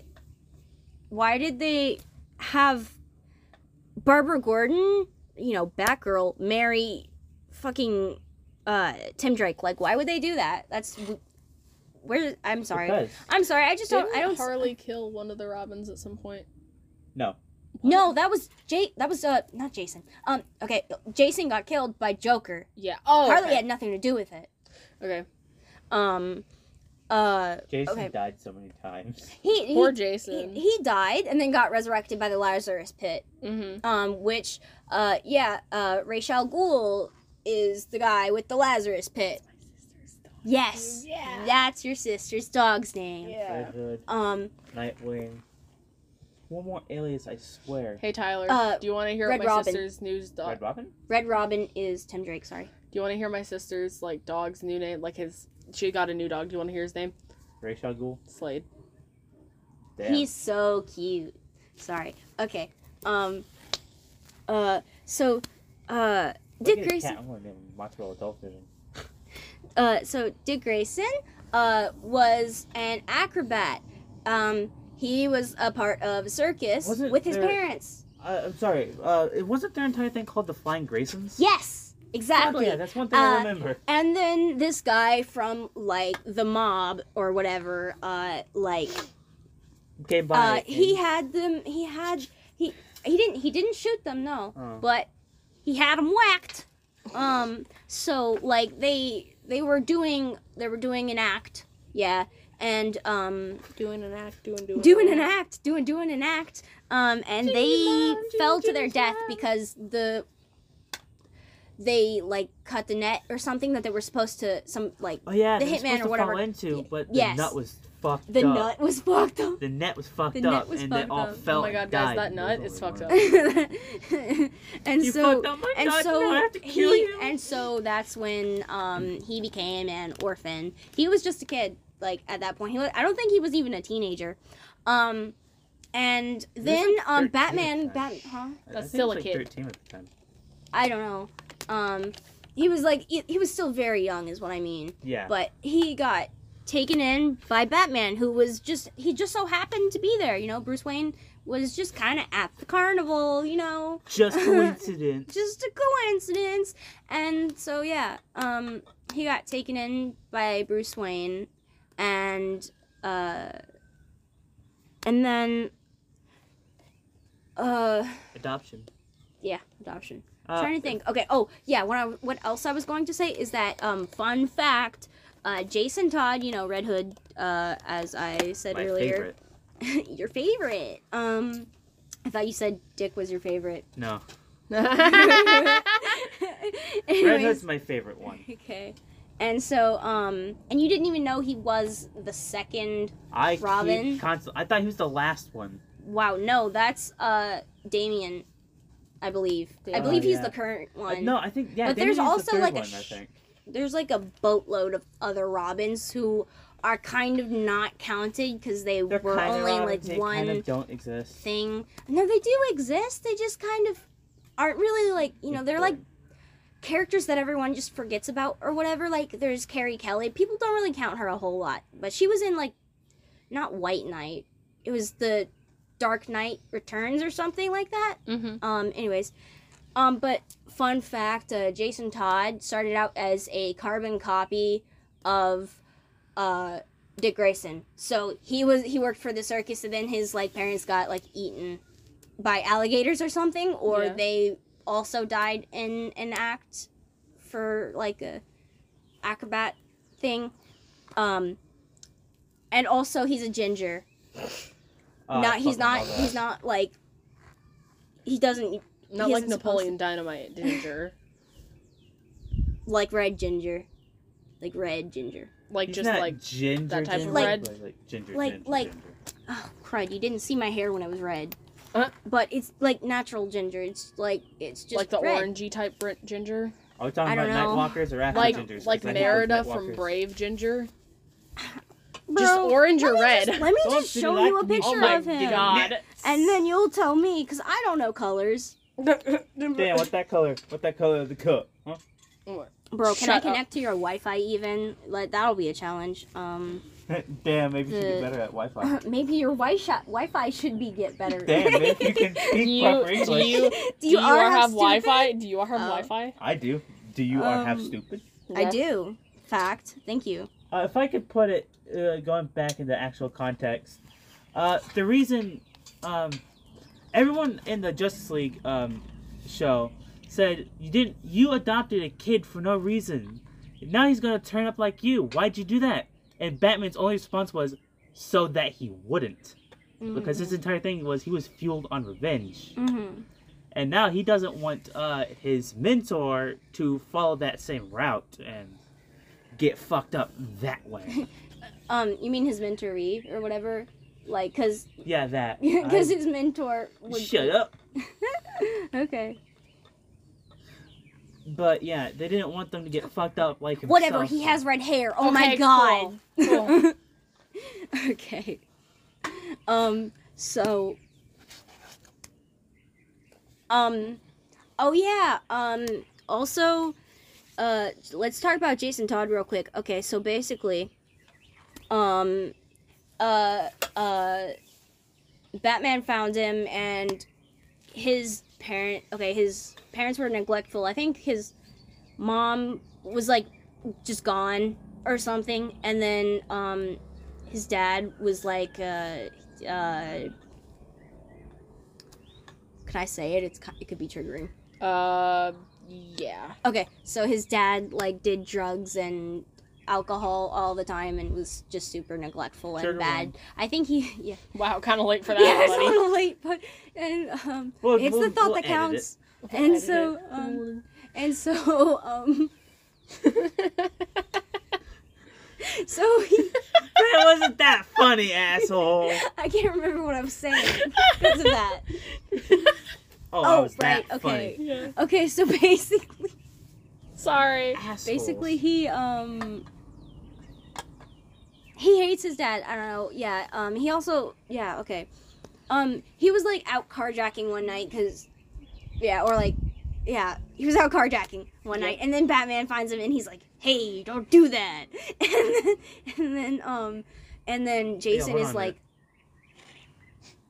why did they have Barbara Gordon, you know, Batgirl, marry fucking uh Tim Drake? Like why would they do that? That's where I'm sorry. Because. I'm sorry. I just Didn't don't. I don't. Harley kill one of the Robins at some point? No. no, that was Jay. That was uh, not Jason. Um, okay, Jason got killed by Joker. Yeah. Oh, Harley okay. had nothing to do with it. okay. Um, uh, Jason Okay. died so many times. he he, Poor he Jason. he died and then got resurrected by the Lazarus Pit. mm-hmm. Um, which uh, yeah, uh, Rachel Ghoul is the guy with the Lazarus Pit. Yes, Yeah. that's your sister's dog's name. Red Hood, Um, Nightwing. One more alias, I swear. Hey Tyler, Uh, do you want to hear Red what my Robin. sister's news dog? Red Robin? Red Robin is Tim Drake. Sorry. Do you want to hear my sister's like dog's new name? Like his, she got a new dog. Do you want to hear his name? Ra's al Ghul? Slade. Damn. He's so cute. Sorry. Okay. Um. Uh. So. Uh. Look Dick at his Grayson. cat, I'm gonna name him Montreal Adult Vision. Uh. So Dick Grayson. Uh. Was an acrobat. Um. He was a part of a circus Wasn't with his there- parents. Uh, I'm sorry, uh, it- wasn't their entire thing called the Flying Graysons? Oh, Yes. Exactly. Yeah, that's one thing I Uh, remember. And then this guy from like the mob or whatever. Uh. Like. Came by. Uh. and- He had them. He had. He. He didn't. He didn't shoot them. No. Oh. but he had him whacked. Um, so like they they were doing they were doing an act, yeah, and um, Doing an act. Doing doing. doing an act, doing doing an act, um, and they fell to their death because the they like cut the net or something that they were supposed to some like Oh yeah, the they were hitman supposed or to whatever. Fall into, but the yes. nut was fucked the up. nut was fucked up. The net was fucked The net up, was and fucked they all up. fell. Oh my God, and guys, died. that nut There's is only fucked one. up. and You so fucked up my and nut, so now I have to he, kill you. and so that's when um he became an orphan. He was just a kid, like at that point. He was, I don't think he was even a teenager. Um, and then like, um 13 at Batman, the time. Bat, huh? I- I That's think it was still a like kid. 13 at the time. I don't know. Um, he was like he, he was still very young, is what I mean. Yeah. But he got taken in by Batman, who was just he just so happened to be there. You know, Bruce Wayne was just kind of at the carnival. You know. Just coincidence. just a coincidence. And so yeah, um, he got taken in by Bruce Wayne, and uh, and then uh, Adoption. yeah, adoption. Uh, Trying to think. Okay. Oh yeah, what I what else I was going to say is that um, fun fact. Uh, Jason Todd, you know Red Hood, uh, as I said My earlier, favorite. your favorite. Um, I thought you said Dick was your favorite. No. Red Anyways. Hood's my favorite one. Okay. And so, um, and you didn't even know he was the second. I keep Robin? constant. I thought he was the last one. Wow, no, that's uh Damien, I believe. I Damien. believe Oh, he's yeah. the current Uh, one. no, I think yeah. Damien But there's is the also, third like, a one, I sh- think. There's like a boatload of other Robins who are kind of not counted because they They're were kinda only Robin, like they one Kind of don't exist. thing. No, they do exist. They just kind of aren't really like you know they're like characters that everyone just forgets about or whatever. Like there's Carrie Kelly. People don't really count her a whole lot, but she was in like not White Knight. It was the Dark Knight Returns or something like that. hmm Um. Anyways, um. But fun fact: uh, Jason Todd started out as a carbon copy of, uh, Dick Grayson. So he was he worked for the circus, and then his like parents got like eaten by alligators or something, or Yeah. they also died in an act for like a acrobat thing. Um. And also, he's a ginger. Oh, I not he's fucking not love that. he's not like he doesn't Not He like isn't supposed Napoleon Dynamite, Ginger. like red ginger, like red ginger. Like He's just not like ginger, that type of ginger, red- but, like ginger, like- ginger, like- ginger. Oh crud! You didn't see my hair when it was red. Uh-huh. but it's like natural ginger. It's like it's just like the red. orangey type br- ginger, Are we talking I about don't know. Nightwalkers or after like Gingers? 'Cause like I think those Merida from Nightwalkers- Brave Ginger, Bro, just orange let or me red. just- let me Don't just do show that you a to me. picture oh my of him, god! and then you'll tell me because I don't know colors. Damn, what that color? What that color of the cup? Huh? Bro, can Shut I up. connect to your Wi-Fi even? Like that'll be a challenge. Um, Damn, maybe you should get The- better at Wi-Fi. maybe your Wi-Fi Wi-Fi should be get better. Damn, maybe you can Do speak you proper do English. you do you are have stupid? Wi-Fi? Do you are have Oh. Wi-Fi? I do. Do you are half Um, stupid? I do. Fact. Thank you. Uh, if I could put it, uh, going back into actual context, uh, the reason um, everyone in the Justice League um, show said you didn't, you adopted a kid for no reason. Now he's gonna turn up like you. Why'd you do that? And Batman's only response was, so that he wouldn't, because his entire thing was he was fueled on revenge. Mm-hmm. and now he doesn't want uh, his mentor to follow that same route and get fucked up that way. Um, you mean his mentoree or whatever? Like, cause, yeah, that. cause his mentor I- would. shut up. okay. But yeah, they didn't want them to get fucked up like himself. Whatever. He has red hair. Oh my Okay, god. cool, cool. okay. Um. So. Um. Oh yeah. Um. Also, uh, let's talk about Jason Todd real quick. Okay. So basically, um, uh, uh, Batman found him and his parent. Okay, his parents were neglectful. I think his mom was like just gone or something, and then um, his dad was like, uh, uh, can I say it? It's ki- it could be triggering. Uh, yeah. Okay, so his dad like did drugs and alcohol all the time and was just super neglectful and Trigger bad. warning. I think he yeah Wow, kind of late for that, yeah it's a buddy. little late, but and um Well, it's we'll- the thought we'll edit that it. counts. And so um and so um so he that wasn't that funny, asshole. I can't remember what I was saying because of that. Oh, I Oh, was right. that Okay. funny. Yeah. Okay, so basically, Sorry. Assholes. basically he um he hates his dad. I don't know. Yeah. Um. He also yeah. Okay. Um. He was like out carjacking one night because yeah, or like yeah, he was out carjacking one Yeah. night, and then Batman finds him, and he's like, "Hey, don't do that." And then, and then um, and then Jason hold on is a minute. like,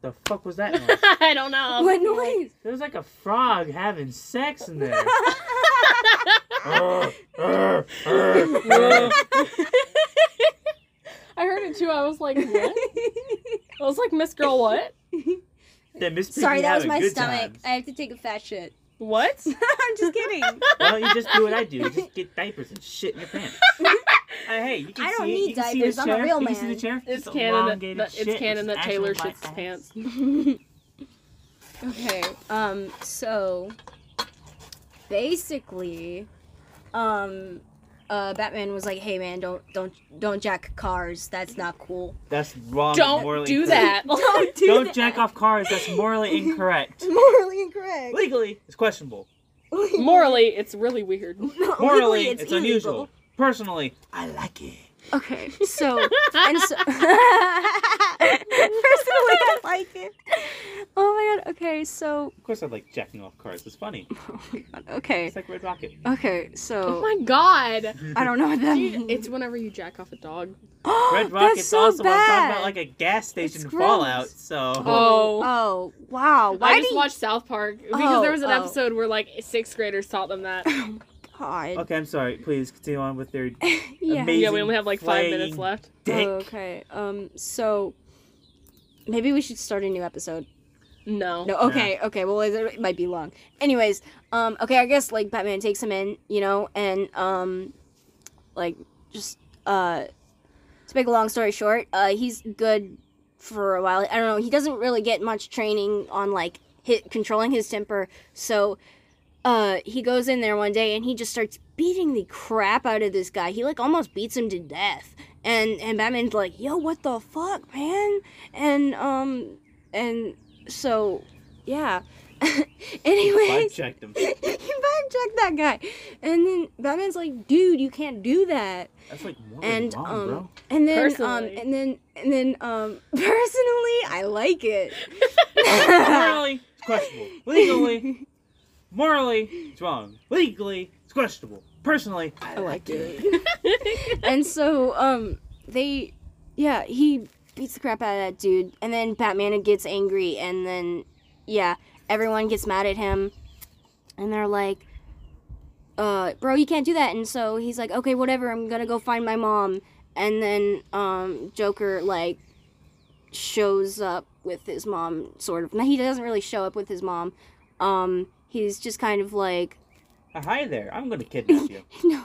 The fuck was that? noise? I don't Oh, know. "What noise?" There was like a frog having sex in there. Oh, Urgh, urgh, urgh, urgh. I heard it too. I was like, what? I was like, Miss Girl, what? Then Miss Piggy Sorry, that was having my good stomach. times. I have to take a fat shit. What? I'm just kidding. Why don't you just do what I do? Just get diapers and shit in your pants. Uh, hey, you can I don't see it. need you can see diapers. the I'm a chair. real You can see man. the chair. It's canon. elongated That, shit. it's canon that actual Taylor black shits his pants. okay. Um. So, basically, um, uh, Batman was like, "Hey, man, don't, don't, don't jack cars. That's not cool. That's wrong. Don't morally do that. incorrect. Don't do Don't that. jack off cars. That's morally incorrect. Morally incorrect. Legally, it's questionable. Morally, it's really weird. No, Morally, legally, it's, illegal. unusual. Personally, I like it. Okay. So, and so personally, I like it. Oh my god. Okay. So. Of course, I like jacking off cars. It's funny. Oh my god. Okay. It's like Red Rocket. Okay. So. Oh my god. I don't know what that means. It's whenever you jack off a dog. Red Rocket's also I'm talking about like a gas station It's gross. fallout. So Oh. Oh wow! Why I just do you... watched South Park because Oh, there was an oh. episode where like sixth graders taught them that. God. okay, I'm sorry. Please continue on with your Yeah. amazing. yeah, we only have like five flaying minutes left. Dick. okay. Um. So maybe we should start a new episode. No. No. Okay. Okay. Well, it it might be long. Anyways. Um. Okay. I guess like Batman takes him in, you know, and um, like just uh, to make a long story short, uh, he's good for a while. I don't know. He doesn't really get much training on like hit controlling his temper, so uh, he goes in there one day and he just starts beating the crap out of this guy. He like almost beats him to death. And and Batman's like, "Yo, what the fuck, man?" And um and so yeah. Anyways, checked him. he vibe checked that guy, and then Batman's like, "Dude, you can't do that." That's like morally and wrong, um bro. and then Personally. um and then and then um personally I like it. morally, it's questionable. Legally, morally, it's wrong. Legally, it's questionable. Personally, I like it. and so um they yeah, he beats the crap out of that dude and then Batman gets angry and then yeah, everyone gets mad at him and they're like uh bro, you can't do that. And so he's like, "Okay, whatever. I'm going to go find my mom." And then um Joker like shows up with his mom sort of. Now he doesn't really show up with his mom. Um he's just kind of like Hi there. I'm gonna kidnap you. no.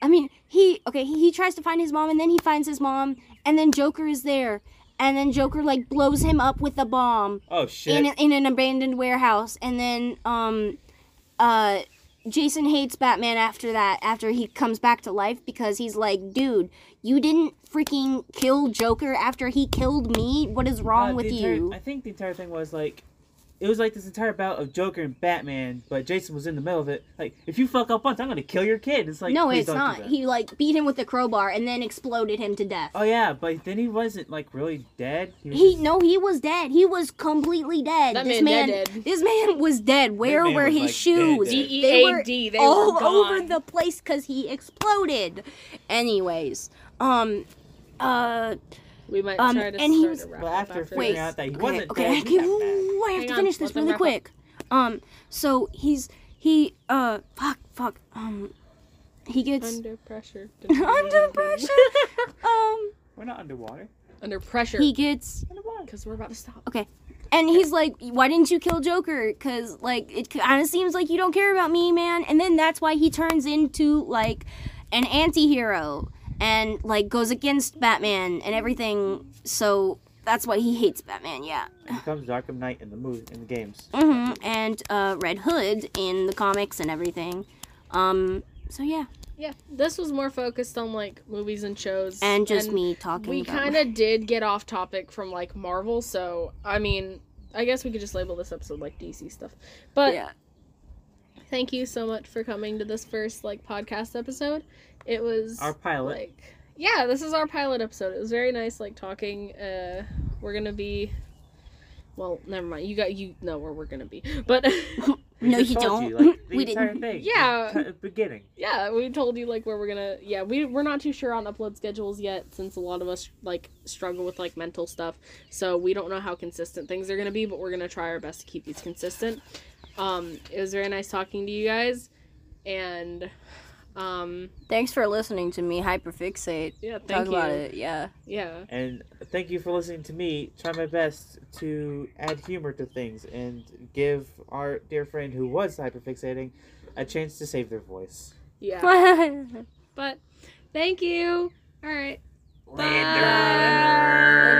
I mean, he okay, he, he tries to find his mom and then he finds his mom and then Joker is there. And then Joker like blows him up with a bomb Oh in, shit. a- in an abandoned warehouse and then um uh Jason hates Batman after that after he comes back to life because he's like, dude, you didn't freaking kill Joker after he killed me. What is wrong Uh, with the entire- you? I think the entire thing was like, it was like this entire bout of Joker and Batman, but Jason was in the middle of it. Like, if you fuck up once, I'm gonna kill your kid. It's like, no, please it's don't do not. that. He like beat him with a crowbar and then exploded him to death. Oh yeah, but then he wasn't like really dead. was He just- no, he was dead. He was completely dead. That this man man, dead, dead. this man was dead. Where man were was, his like, shoes? dead, D They E were A D. They all were gone. over the place because he exploded. Anyways, um, uh, We might Um, try to and he start was- a wrap Well, up after after figuring Wait, out that he okay, wasn't okay, dead, okay, he got back. ooh, I have Hang to on, finish let this them really wrap up. quick. Um, so he's he uh, fuck, fuck, um, he gets under pressure. under pressure. um, We're not underwater. under pressure. he gets Underwater. Because we're about to stop. And he's like, "Why didn't you kill Joker? Cause like it kind of seems like you don't care about me, man." And then that's why he turns into like an anti-hero and like goes against Batman and everything. So that's why he hates Batman. Yeah. He becomes Darkham Knight in the movie, in the games. hmm And uh, Red Hood in the comics and everything. Um. So yeah, Yeah, this was more focused on like movies and shows. and just me talking. We about kind of did get off topic from like Marvel, so I mean, I guess we could just label this episode like DC stuff. But Yeah. thank you so much for coming to this first like podcast episode. It was Our pilot. like yeah, this is our pilot episode. It was very nice like talking. Uh we're going to be well, never mind. You got you know where we're going to be. But We No, just you told don't. like, the We entire didn't. Thing, Yeah. The t- beginning. yeah, we told you like where we're gonna. Yeah, we we're not too sure on upload schedules yet, since a lot of us like struggle with like mental stuff, so we don't know how consistent things are gonna be. But we're gonna try our best to keep these consistent. Um, it was very nice talking to you guys, and um, Thanks for listening to me hyperfixate. yeah, thank Talk you. about it. Yeah. Yeah, And thank you for listening to me try my best to add humor to things and give our dear friend who was hyperfixating a chance to save their voice. yeah. But thank you. All right. Bye.